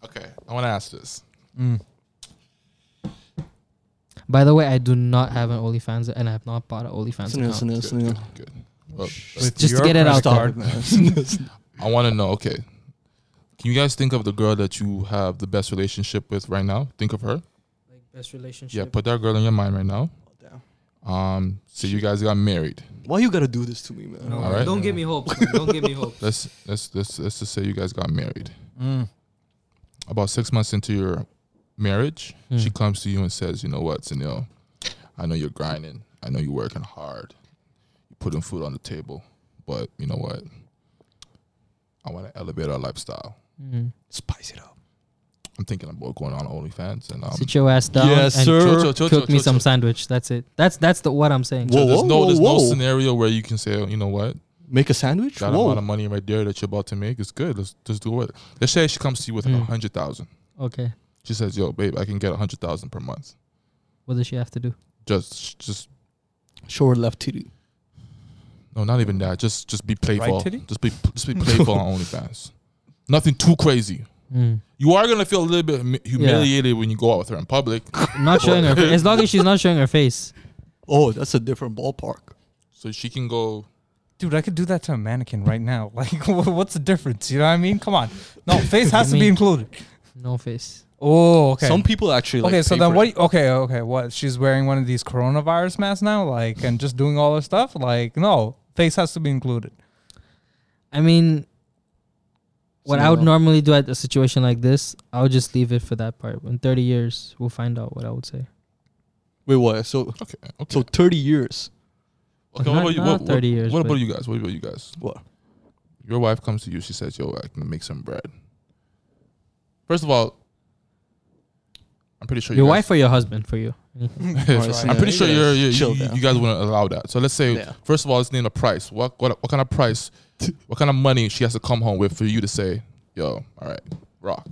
Speaker 1: Okay. I want to ask this.
Speaker 2: Mm.
Speaker 4: By the way, I do not have an OnlyFans and I have not bought an OnlyFans
Speaker 3: Sunil,
Speaker 4: account.
Speaker 1: Good,
Speaker 3: Sunil,
Speaker 1: good,
Speaker 3: Sunil.
Speaker 1: good. Well,
Speaker 4: just
Speaker 2: With
Speaker 4: to
Speaker 2: your
Speaker 4: get it
Speaker 2: credit
Speaker 4: out there.
Speaker 2: card.
Speaker 3: Stop it, man. Sunil, Sunil.
Speaker 1: I want to know. Okay. Can you guys think of the girl that you have the best relationship with right now? Think of her.
Speaker 4: Like best relationship.
Speaker 1: Yeah, put that girl in your mind right now.
Speaker 3: Damn.
Speaker 1: Um, so you guys got married.
Speaker 3: Why you gotta do this to me, man?
Speaker 2: No.
Speaker 1: All right.
Speaker 4: Don't give me hope. Don't give me hope.
Speaker 1: Let's let's let's let's just say you guys got married.
Speaker 2: Mm.
Speaker 1: About six months into your marriage,
Speaker 4: Hmm.
Speaker 1: she comes to you and says, "You know what, Sunil? I know you're grinding. I know you're working hard. You're putting food on the table, but you know what? I want to elevate our lifestyle.
Speaker 4: Mm.
Speaker 3: Spice it up.
Speaker 1: I'm thinking about going on OnlyFans and um,
Speaker 4: Sit your ass down
Speaker 3: Yes,
Speaker 4: and
Speaker 3: sir.
Speaker 1: Chill, chill, chill,
Speaker 4: cook
Speaker 1: chill,
Speaker 4: me
Speaker 1: chill,
Speaker 4: some
Speaker 1: chill.
Speaker 4: sandwich. That's it. That's that's the what I'm saying.
Speaker 3: Whoa,
Speaker 1: So there's
Speaker 3: whoa,
Speaker 1: no
Speaker 3: whoa,
Speaker 1: there's
Speaker 3: whoa.
Speaker 1: no scenario where you can say, you know what,
Speaker 3: Make a sandwich?
Speaker 1: that
Speaker 3: Whoa.
Speaker 1: amount of money right there that you're about to make is good. Let's just do it. Let's say she comes to you with a
Speaker 4: Hmm.
Speaker 1: hundred thousand.
Speaker 4: Okay.
Speaker 1: She says, "Yo, babe, I can get a hundred thousand per month.
Speaker 4: What does she have to do?
Speaker 1: Just, just
Speaker 3: Short left titty.
Speaker 1: no, not even that. Just, just be playful.
Speaker 2: titty?
Speaker 1: just be, just be playful on OnlyFans. Nothing too crazy.
Speaker 4: Mm.
Speaker 1: You are gonna feel a little bit humi- humiliated when you go out with her in public.
Speaker 4: Not showing her. As long as she's not showing her face.
Speaker 3: Oh, that's a different ballpark.
Speaker 1: So she can go.
Speaker 2: Dude, I could do that to a mannequin right now. Like, wha- what's the difference? You know what I mean? Come on. No, face has
Speaker 4: I
Speaker 2: to be
Speaker 4: mean-
Speaker 2: included.
Speaker 4: No face.
Speaker 2: Oh, okay.
Speaker 3: Some people actually. Like,
Speaker 2: okay, so
Speaker 3: pay
Speaker 2: then
Speaker 3: for
Speaker 2: what?
Speaker 3: it.
Speaker 2: Okay, okay, what? She's wearing one of these coronavirus masks now, like, and just doing all her stuff. Like, no, face has to be included.
Speaker 4: I mean, what I would
Speaker 3: So-
Speaker 4: normally do at a situation like this, I would just leave it for that part. In 30 years, we'll find out what I would say.
Speaker 3: Wait, what? So,
Speaker 1: Okay, okay.
Speaker 3: so thirty years.
Speaker 1: okay,
Speaker 4: not- not 30 years,
Speaker 1: What
Speaker 4: but-
Speaker 1: about you guys? What about you guys?
Speaker 3: What?
Speaker 1: Your wife comes to you. She says, "Yo, I can make some bread." First of all, I'm pretty sure you
Speaker 4: your
Speaker 1: guys-
Speaker 4: wife or your husband for you?
Speaker 3: Alright,
Speaker 1: I'm pretty
Speaker 3: yeah,
Speaker 1: sure
Speaker 3: you
Speaker 1: you're,
Speaker 3: guys
Speaker 1: you
Speaker 3: chill
Speaker 1: you,
Speaker 3: down.
Speaker 1: you guys wouldn't allow that. So let's say,
Speaker 3: Yeah.
Speaker 1: first of all, let's name a price. What, what what kind of price? what kind of money she has to come home with for you to say, "Yo, all right, rock."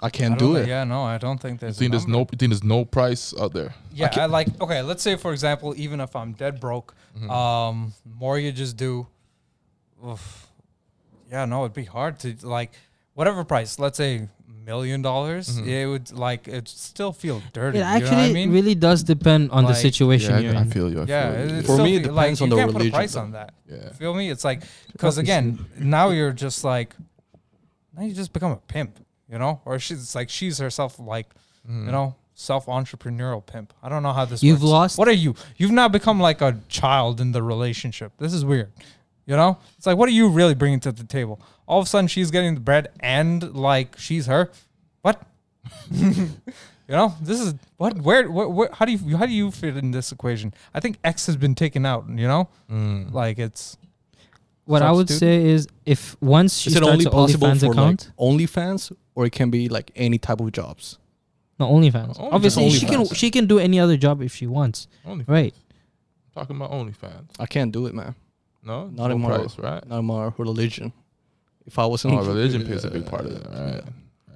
Speaker 3: I
Speaker 2: I
Speaker 3: can't
Speaker 2: don't
Speaker 3: do
Speaker 2: know-
Speaker 3: it.
Speaker 2: Yeah, no, I don't think
Speaker 1: You
Speaker 2: there's. a
Speaker 1: think there's no
Speaker 2: number.
Speaker 1: you think there's no price out there?
Speaker 2: Yeah, I like. Okay, let's say for example, even if I'm dead broke,
Speaker 3: Mm-hmm.
Speaker 2: um, mortgages due. Oof. Yeah, no, it'd be hard to like whatever price. Let's say million dollars.
Speaker 3: Mm-hmm.
Speaker 2: It would like it still feel dirty.
Speaker 4: It
Speaker 2: you know what I
Speaker 4: actually
Speaker 2: mean?
Speaker 4: really does depend on the
Speaker 2: Like-
Speaker 4: situation
Speaker 1: Yeah,
Speaker 4: you're
Speaker 1: I, I
Speaker 4: in.
Speaker 1: feel you. I
Speaker 2: yeah,
Speaker 1: feel you.
Speaker 2: it's
Speaker 3: For
Speaker 2: still
Speaker 3: me, it
Speaker 2: feel- like,
Speaker 3: depends on
Speaker 2: you
Speaker 3: the
Speaker 2: can't Put a
Speaker 3: religion,
Speaker 2: price
Speaker 3: though.
Speaker 2: on that.
Speaker 1: Yeah.
Speaker 2: Feel me? It's like because again, now you're just like now you just become a pimp, you know? Or she's like she's herself like you
Speaker 3: Mm.
Speaker 2: know self entrepreneurial pimp. I don't know how this.
Speaker 4: You've
Speaker 2: works.
Speaker 4: lost-
Speaker 2: What are you? You've now become like a child in the relationship. This is weird. You know, it's like what are you really bringing to the table? All of a sudden, she's getting the bread and like she's her. What? You know, this is what where, where, where how do you how do you fit in this equation? I think X has been taken out. You know,
Speaker 1: Mm.
Speaker 2: like it's
Speaker 4: What I would
Speaker 2: Substitute?
Speaker 4: say is if once she
Speaker 3: Is it
Speaker 4: starts
Speaker 3: only
Speaker 4: an
Speaker 3: possible
Speaker 4: OnlyFans
Speaker 3: for
Speaker 4: account,
Speaker 3: like OnlyFans, or it can be like any type of jobs?
Speaker 4: no OnlyFans.
Speaker 1: Only
Speaker 4: Obviously, she can
Speaker 3: OnlyFans.
Speaker 4: she can do any other job if she wants,
Speaker 1: Only
Speaker 4: right?
Speaker 1: talking about OnlyFans.
Speaker 3: I can't do it, man.
Speaker 1: No,
Speaker 3: Not
Speaker 1: no
Speaker 3: in my-
Speaker 1: price, right?
Speaker 3: Not my religion. If I wasn't,
Speaker 1: Oh, religion plays a big part of it. Right.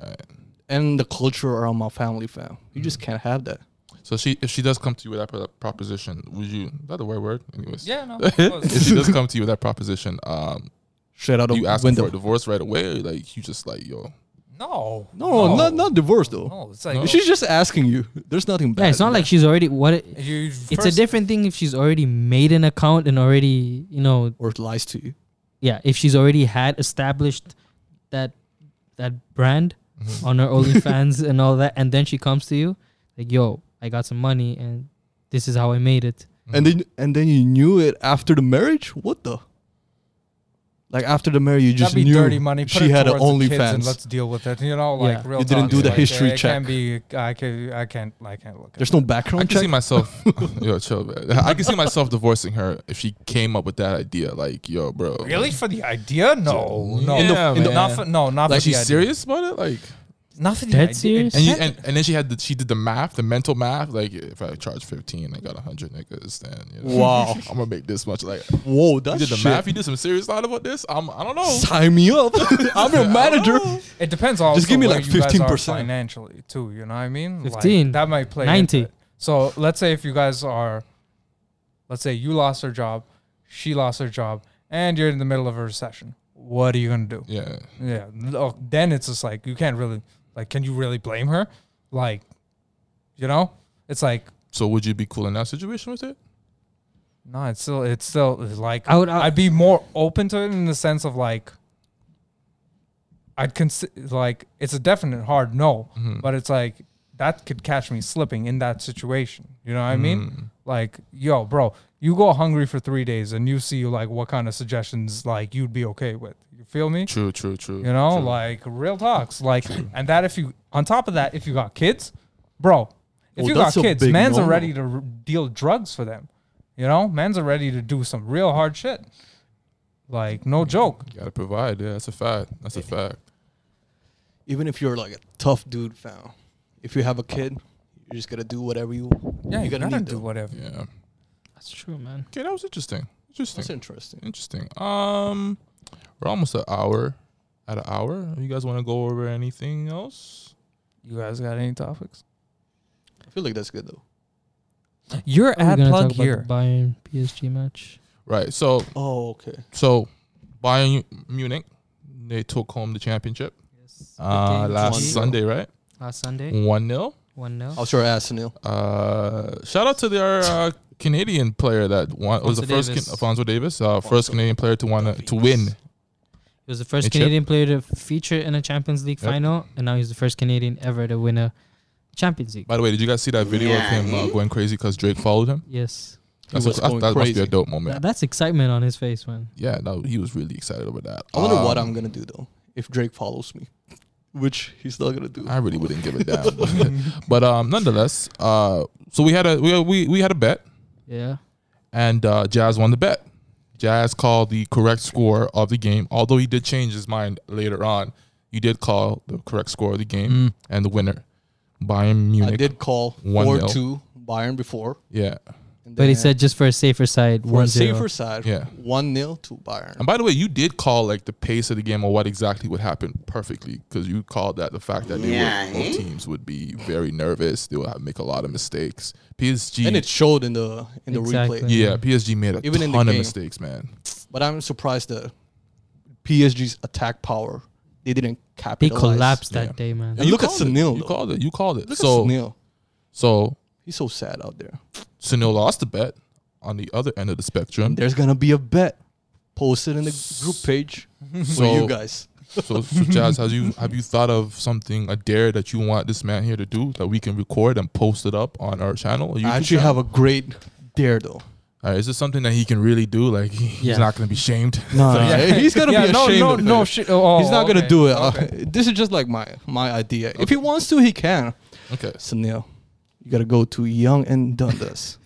Speaker 1: Right.
Speaker 3: and the culture around my family, fam. You
Speaker 1: Mm.
Speaker 3: just can't have that.
Speaker 1: So she, if she does come to you with that pro- proposition, would you? Is that the right word? Anyways.
Speaker 2: yeah no.
Speaker 1: if she does come to you with that proposition, um,
Speaker 3: Straight out
Speaker 1: do
Speaker 3: of
Speaker 1: you ask her for
Speaker 3: window.
Speaker 1: a divorce right away, or like you just like, yo,
Speaker 2: no
Speaker 3: No,
Speaker 1: Oh.
Speaker 3: not not divorce though.
Speaker 2: no it's like
Speaker 3: She's just asking you. There's nothing bad.
Speaker 4: Yeah, it's
Speaker 3: in
Speaker 4: not
Speaker 3: that.
Speaker 4: like she's already what. It,
Speaker 2: you
Speaker 4: it's a
Speaker 2: first-
Speaker 4: different thing if she's already made an account and already you know
Speaker 3: or lies to you.
Speaker 4: yeah if she's already had established that that brand on her OnlyFans and all that, and then she comes to you like, "Yo, I got some money, and this is how I made it."
Speaker 1: Mm.
Speaker 3: And then and then you knew it after the marriage. What the? Like after the marriage, you just
Speaker 2: That'd be
Speaker 3: knew
Speaker 2: dirty money. Put
Speaker 3: she
Speaker 2: it
Speaker 3: had an
Speaker 2: towards the kids And
Speaker 3: OnlyFans.
Speaker 2: let's deal with it. You know, like
Speaker 4: Yeah.
Speaker 2: real.
Speaker 3: You didn't
Speaker 2: talk,
Speaker 3: do the
Speaker 2: like,
Speaker 3: history
Speaker 2: it
Speaker 3: check.
Speaker 2: Can be. I can. I can't. I can't look. at
Speaker 3: There's
Speaker 2: that.
Speaker 3: no
Speaker 1: I
Speaker 3: background
Speaker 1: can see
Speaker 3: check.
Speaker 1: myself, yo, chill, man. I can see myself divorcing her if she came up with that idea. Like, yo, bro,
Speaker 2: Really for the idea? No, no,
Speaker 1: In the- in the-
Speaker 2: not for no, not
Speaker 1: Like,
Speaker 2: for the
Speaker 1: she's
Speaker 2: idea.
Speaker 1: serious about it. Like,
Speaker 2: Not for the
Speaker 4: Dead
Speaker 2: idea.
Speaker 4: serious?
Speaker 1: and you, and, and then she had the, she did the math, the mental math. Like, if I charge fifteen, I got hundred niggas. Then you know,
Speaker 3: Wow.
Speaker 1: I'm gonna make this much. Like,
Speaker 3: Whoa,
Speaker 1: you
Speaker 3: that's
Speaker 1: did the
Speaker 3: shit.
Speaker 1: math. You did some serious thought about this. I'm, I don't know.
Speaker 3: Sign me up. I'm your manager.
Speaker 1: Oh.
Speaker 2: It depends also
Speaker 3: Just give me
Speaker 2: where
Speaker 3: like
Speaker 2: you guys are
Speaker 3: 15%.
Speaker 2: financially too. You know what I mean? Like,
Speaker 4: 15,
Speaker 2: that might play.
Speaker 4: 90.
Speaker 2: into it. So let's say if you guys are, let's say you lost her job, she lost her job, and you're in the middle of a recession. What are you gonna do?
Speaker 1: Yeah.
Speaker 2: Yeah. Look, then it's just like you can't really like. Can you really blame her? Like, you know, it's like
Speaker 1: So would you be cool in that situation with it?
Speaker 2: no. It's still. It's still like
Speaker 4: I would. uh,
Speaker 2: I'd be more open to it in the sense of like I'd consider like it's a definite hard no,
Speaker 4: Mm-hmm.
Speaker 2: but it's like that could catch me slipping in that situation. You know what I
Speaker 4: Mm-hmm.
Speaker 2: mean? Like, yo, bro, you go hungry for three days and you see like what kind of suggestions like you'd be okay with. You feel me?
Speaker 1: True, true, true.
Speaker 2: You know,
Speaker 1: true.
Speaker 2: like real talks. Like, and that if you on top of that, if you got kids, bro, if
Speaker 3: Well,
Speaker 2: you got
Speaker 3: Oh, that's a
Speaker 2: kids,
Speaker 3: big
Speaker 2: man's
Speaker 3: no-no.
Speaker 2: ready to r- deal drugs for them. You know, man's are ready to do some real hard shit. Like no joke.
Speaker 1: You gotta provide. Yeah, that's a fact. That's a fact.
Speaker 3: Even if you're like a tough dude, fam. If you have a kid, you're just gonna do whatever you.
Speaker 2: Yeah, you
Speaker 3: you're
Speaker 2: gotta,
Speaker 3: gonna need
Speaker 2: do
Speaker 3: them.
Speaker 2: whatever.
Speaker 1: Yeah.
Speaker 4: that's true, man.
Speaker 1: Okay, that was interesting. Interesting.
Speaker 3: That's interesting.
Speaker 1: Interesting. Um, we're almost an hour. At an hour, you guys want to go over anything else?
Speaker 2: You guys got any topics?
Speaker 3: I feel like that's good though.
Speaker 2: Your
Speaker 4: We're
Speaker 2: ad
Speaker 4: gonna
Speaker 2: plug
Speaker 4: talk
Speaker 2: here.
Speaker 4: about the Bayern PSG match.
Speaker 1: Right. So,
Speaker 3: Oh, okay.
Speaker 1: so Bayern Munich, they took home the championship
Speaker 4: Yes.
Speaker 1: uh, last
Speaker 3: 1-0.
Speaker 1: Sunday, Oh, right?
Speaker 4: Last Sunday,
Speaker 1: One 0
Speaker 4: one 0
Speaker 3: I'll sure ask Neil.
Speaker 1: Uh, shout out to their uh, Canadian player that won. was the
Speaker 4: Alphonso
Speaker 1: first
Speaker 4: Davies.
Speaker 1: Can- Alfonso Davis, uh, first Canadian player to win to win.
Speaker 4: He was the first
Speaker 1: And Chip?
Speaker 4: Canadian player to feature in a Champions League
Speaker 1: Yep.
Speaker 4: final, and now he's the first Canadian ever to win a Champions League.
Speaker 1: By the way, did you guys see that video of him uh, going crazy because Drake followed him?
Speaker 4: Yes,
Speaker 1: That's
Speaker 3: was
Speaker 1: a, that's,
Speaker 3: going
Speaker 1: that must be a
Speaker 3: crazy.
Speaker 1: dope moment.
Speaker 4: Th- that's excitement on his face, man.
Speaker 1: yeah, no, he was really excited over that.
Speaker 3: I wonder what
Speaker 1: Um,
Speaker 3: I'm gonna do though if Drake follows me, which he's not gonna do.
Speaker 1: I really wouldn't give a damn. but um, nonetheless, uh, so we had a we we, we had a bet,
Speaker 4: Yeah,
Speaker 1: and uh, Jazz won the bet. Jazz called the correct score of the game, although he did change his mind later on. You did call the correct score of the game
Speaker 3: Mm.
Speaker 1: and the winner, Bayern Munich.
Speaker 3: I did call
Speaker 1: One
Speaker 3: four
Speaker 1: nil.
Speaker 3: two Bayern before,
Speaker 1: Yeah.
Speaker 3: and
Speaker 4: but he
Speaker 3: then
Speaker 4: said just for a safer side,
Speaker 3: for
Speaker 4: one
Speaker 3: a
Speaker 4: zero.
Speaker 3: safer side,
Speaker 1: Yeah.
Speaker 3: one 0 to Bayern.
Speaker 1: And by the way, you did call like the pace of the game or what exactly would happen perfectly because you called that the fact that they would, both teams would be very nervous. They would have, make a lot of mistakes. PSG,
Speaker 3: and it showed in the in the
Speaker 4: Exactly.
Speaker 3: replay.
Speaker 1: yeah, PSG made a
Speaker 3: Even in the
Speaker 1: ton of
Speaker 3: game.
Speaker 1: mistakes, man.
Speaker 3: But I'm surprised that PSG's attack power they didn't
Speaker 4: They
Speaker 3: capitalize.
Speaker 4: collapsed
Speaker 1: Yeah.
Speaker 4: that day, man.
Speaker 3: And look at
Speaker 1: called it.
Speaker 3: Sunil,
Speaker 1: You
Speaker 3: though.
Speaker 1: called it. You called it.
Speaker 3: Look
Speaker 1: so
Speaker 3: at Sunil.
Speaker 1: so
Speaker 3: He's so sad out there.
Speaker 1: Sunil lost the bet on the other end of the
Speaker 2: Um,
Speaker 1: spectrum.
Speaker 3: There's gonna be a bet posted in the group page for
Speaker 1: So
Speaker 3: you guys.
Speaker 1: so, so Jazz, has you have you thought of something a dare that you want this man here to do that we can record and post it up on our channel? Our YouTube
Speaker 3: I actually
Speaker 1: channel?
Speaker 3: have a great dare though.
Speaker 1: All right, is this something that he can really do? Like he- he's
Speaker 4: Yeah.
Speaker 1: not gonna be shamed.
Speaker 3: No,
Speaker 2: Yeah.
Speaker 3: he's gonna
Speaker 2: Yeah,
Speaker 3: be
Speaker 2: no,
Speaker 3: ashamed.
Speaker 2: no,
Speaker 3: of
Speaker 2: no
Speaker 3: it.
Speaker 2: shit. Oh,
Speaker 3: he's not
Speaker 2: okay,
Speaker 3: gonna do it. Uh,
Speaker 2: okay.
Speaker 3: this is just like my my idea. If he wants to, he can.
Speaker 1: Okay.
Speaker 3: Sunil, you gotta go to Young and Dundas.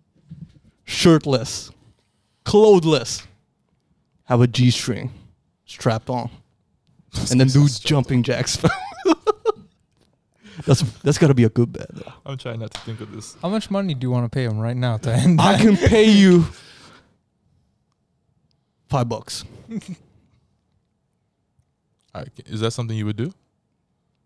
Speaker 3: Shirtless, clothesless, have a G string strapped on, and then do jumping jacks. that's that's gotta be a good bet. Though.
Speaker 1: I'm trying not to think of this.
Speaker 2: How much money do you want to pay him right now to end
Speaker 3: I
Speaker 2: that?
Speaker 3: can pay you five bucks.
Speaker 1: All right. Is that something you would do?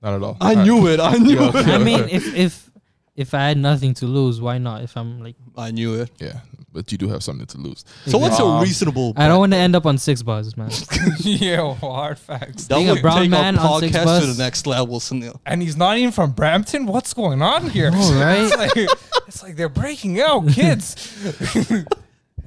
Speaker 1: Not at all.
Speaker 3: I knew it. I knew it.
Speaker 4: I mean, if if if I had nothing to lose, why not? If I'm like,
Speaker 3: I knew it.
Speaker 1: Yeah, but you do have something to lose.
Speaker 3: So what's a
Speaker 1: Um,
Speaker 3: reasonable?
Speaker 4: I don't want to end up on six bars, man.
Speaker 2: yeah, well, hard facts.
Speaker 3: That
Speaker 4: being a
Speaker 3: would
Speaker 4: brown
Speaker 3: take
Speaker 4: man
Speaker 3: a
Speaker 4: on six
Speaker 3: podcast to
Speaker 4: bus.
Speaker 3: the next level, Sunil.
Speaker 2: And he's not even from Brampton. What's going on
Speaker 1: Oh,
Speaker 2: here?
Speaker 4: right?
Speaker 2: it's, like, it's like they're breaking out kids.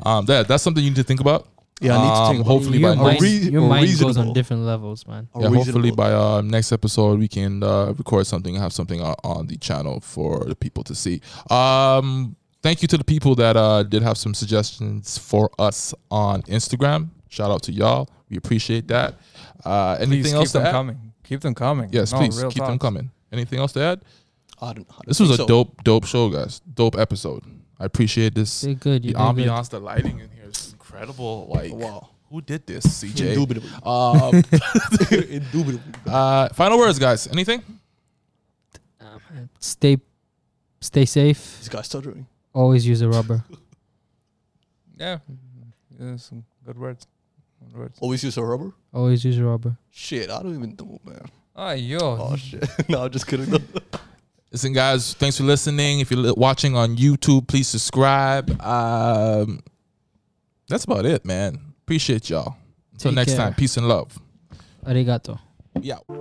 Speaker 1: Um, that that's something you need to think about.
Speaker 3: Yeah, I need to think about
Speaker 1: hopefully
Speaker 4: Your
Speaker 1: by
Speaker 3: a
Speaker 4: Um, mind,
Speaker 1: next,
Speaker 3: reason-
Speaker 4: your
Speaker 3: a
Speaker 4: mind goes
Speaker 3: reasonable-
Speaker 4: on different levels, man.
Speaker 3: A
Speaker 1: yeah, hopefully
Speaker 3: reasonable-
Speaker 1: by uh, next episode we can uh, record something and have something on, on the channel for the people to see. Um, thank you to the people that uh, did have some suggestions for us on Instagram. Shout out to y'all. We appreciate that. Uh, anything
Speaker 2: Please
Speaker 1: else
Speaker 2: keep
Speaker 1: to
Speaker 2: them
Speaker 1: add?
Speaker 2: coming. Keep them coming.
Speaker 1: Yes,
Speaker 2: No,
Speaker 1: please
Speaker 2: real
Speaker 1: keep them
Speaker 2: talk.
Speaker 1: coming. Anything else to add?
Speaker 3: I don't, I don't
Speaker 1: This was a
Speaker 3: think so.
Speaker 1: dope, dope show, guys. Dope episode. I appreciate this.
Speaker 4: Did good.
Speaker 1: the
Speaker 4: You did good.
Speaker 1: ambiance, the lighting in here is incredible. Like,
Speaker 3: Wow.
Speaker 1: who did this, CJ?
Speaker 3: Indubitably.
Speaker 1: Um,
Speaker 3: Indubitably.
Speaker 1: uh, final words, guys. Anything?
Speaker 4: Stay, stay safe.
Speaker 3: This guy's stuttering.
Speaker 4: Always use a rubber.
Speaker 2: Yeah. yeah. Some good words. Good words.
Speaker 3: Always use a rubber?
Speaker 4: Always use a rubber.
Speaker 3: Shit, I don't even know, man.
Speaker 2: Oh, yo.
Speaker 3: Oh, shit. no, I'm just kidding. though.
Speaker 1: Listen, guys. Thanks for listening. If you're li- watching on YouTube, please subscribe. Um, that's about it, man. Appreciate y'all. Until
Speaker 4: Take
Speaker 1: next
Speaker 4: care.
Speaker 1: time, peace and love.
Speaker 4: Arigato.
Speaker 1: Yeah.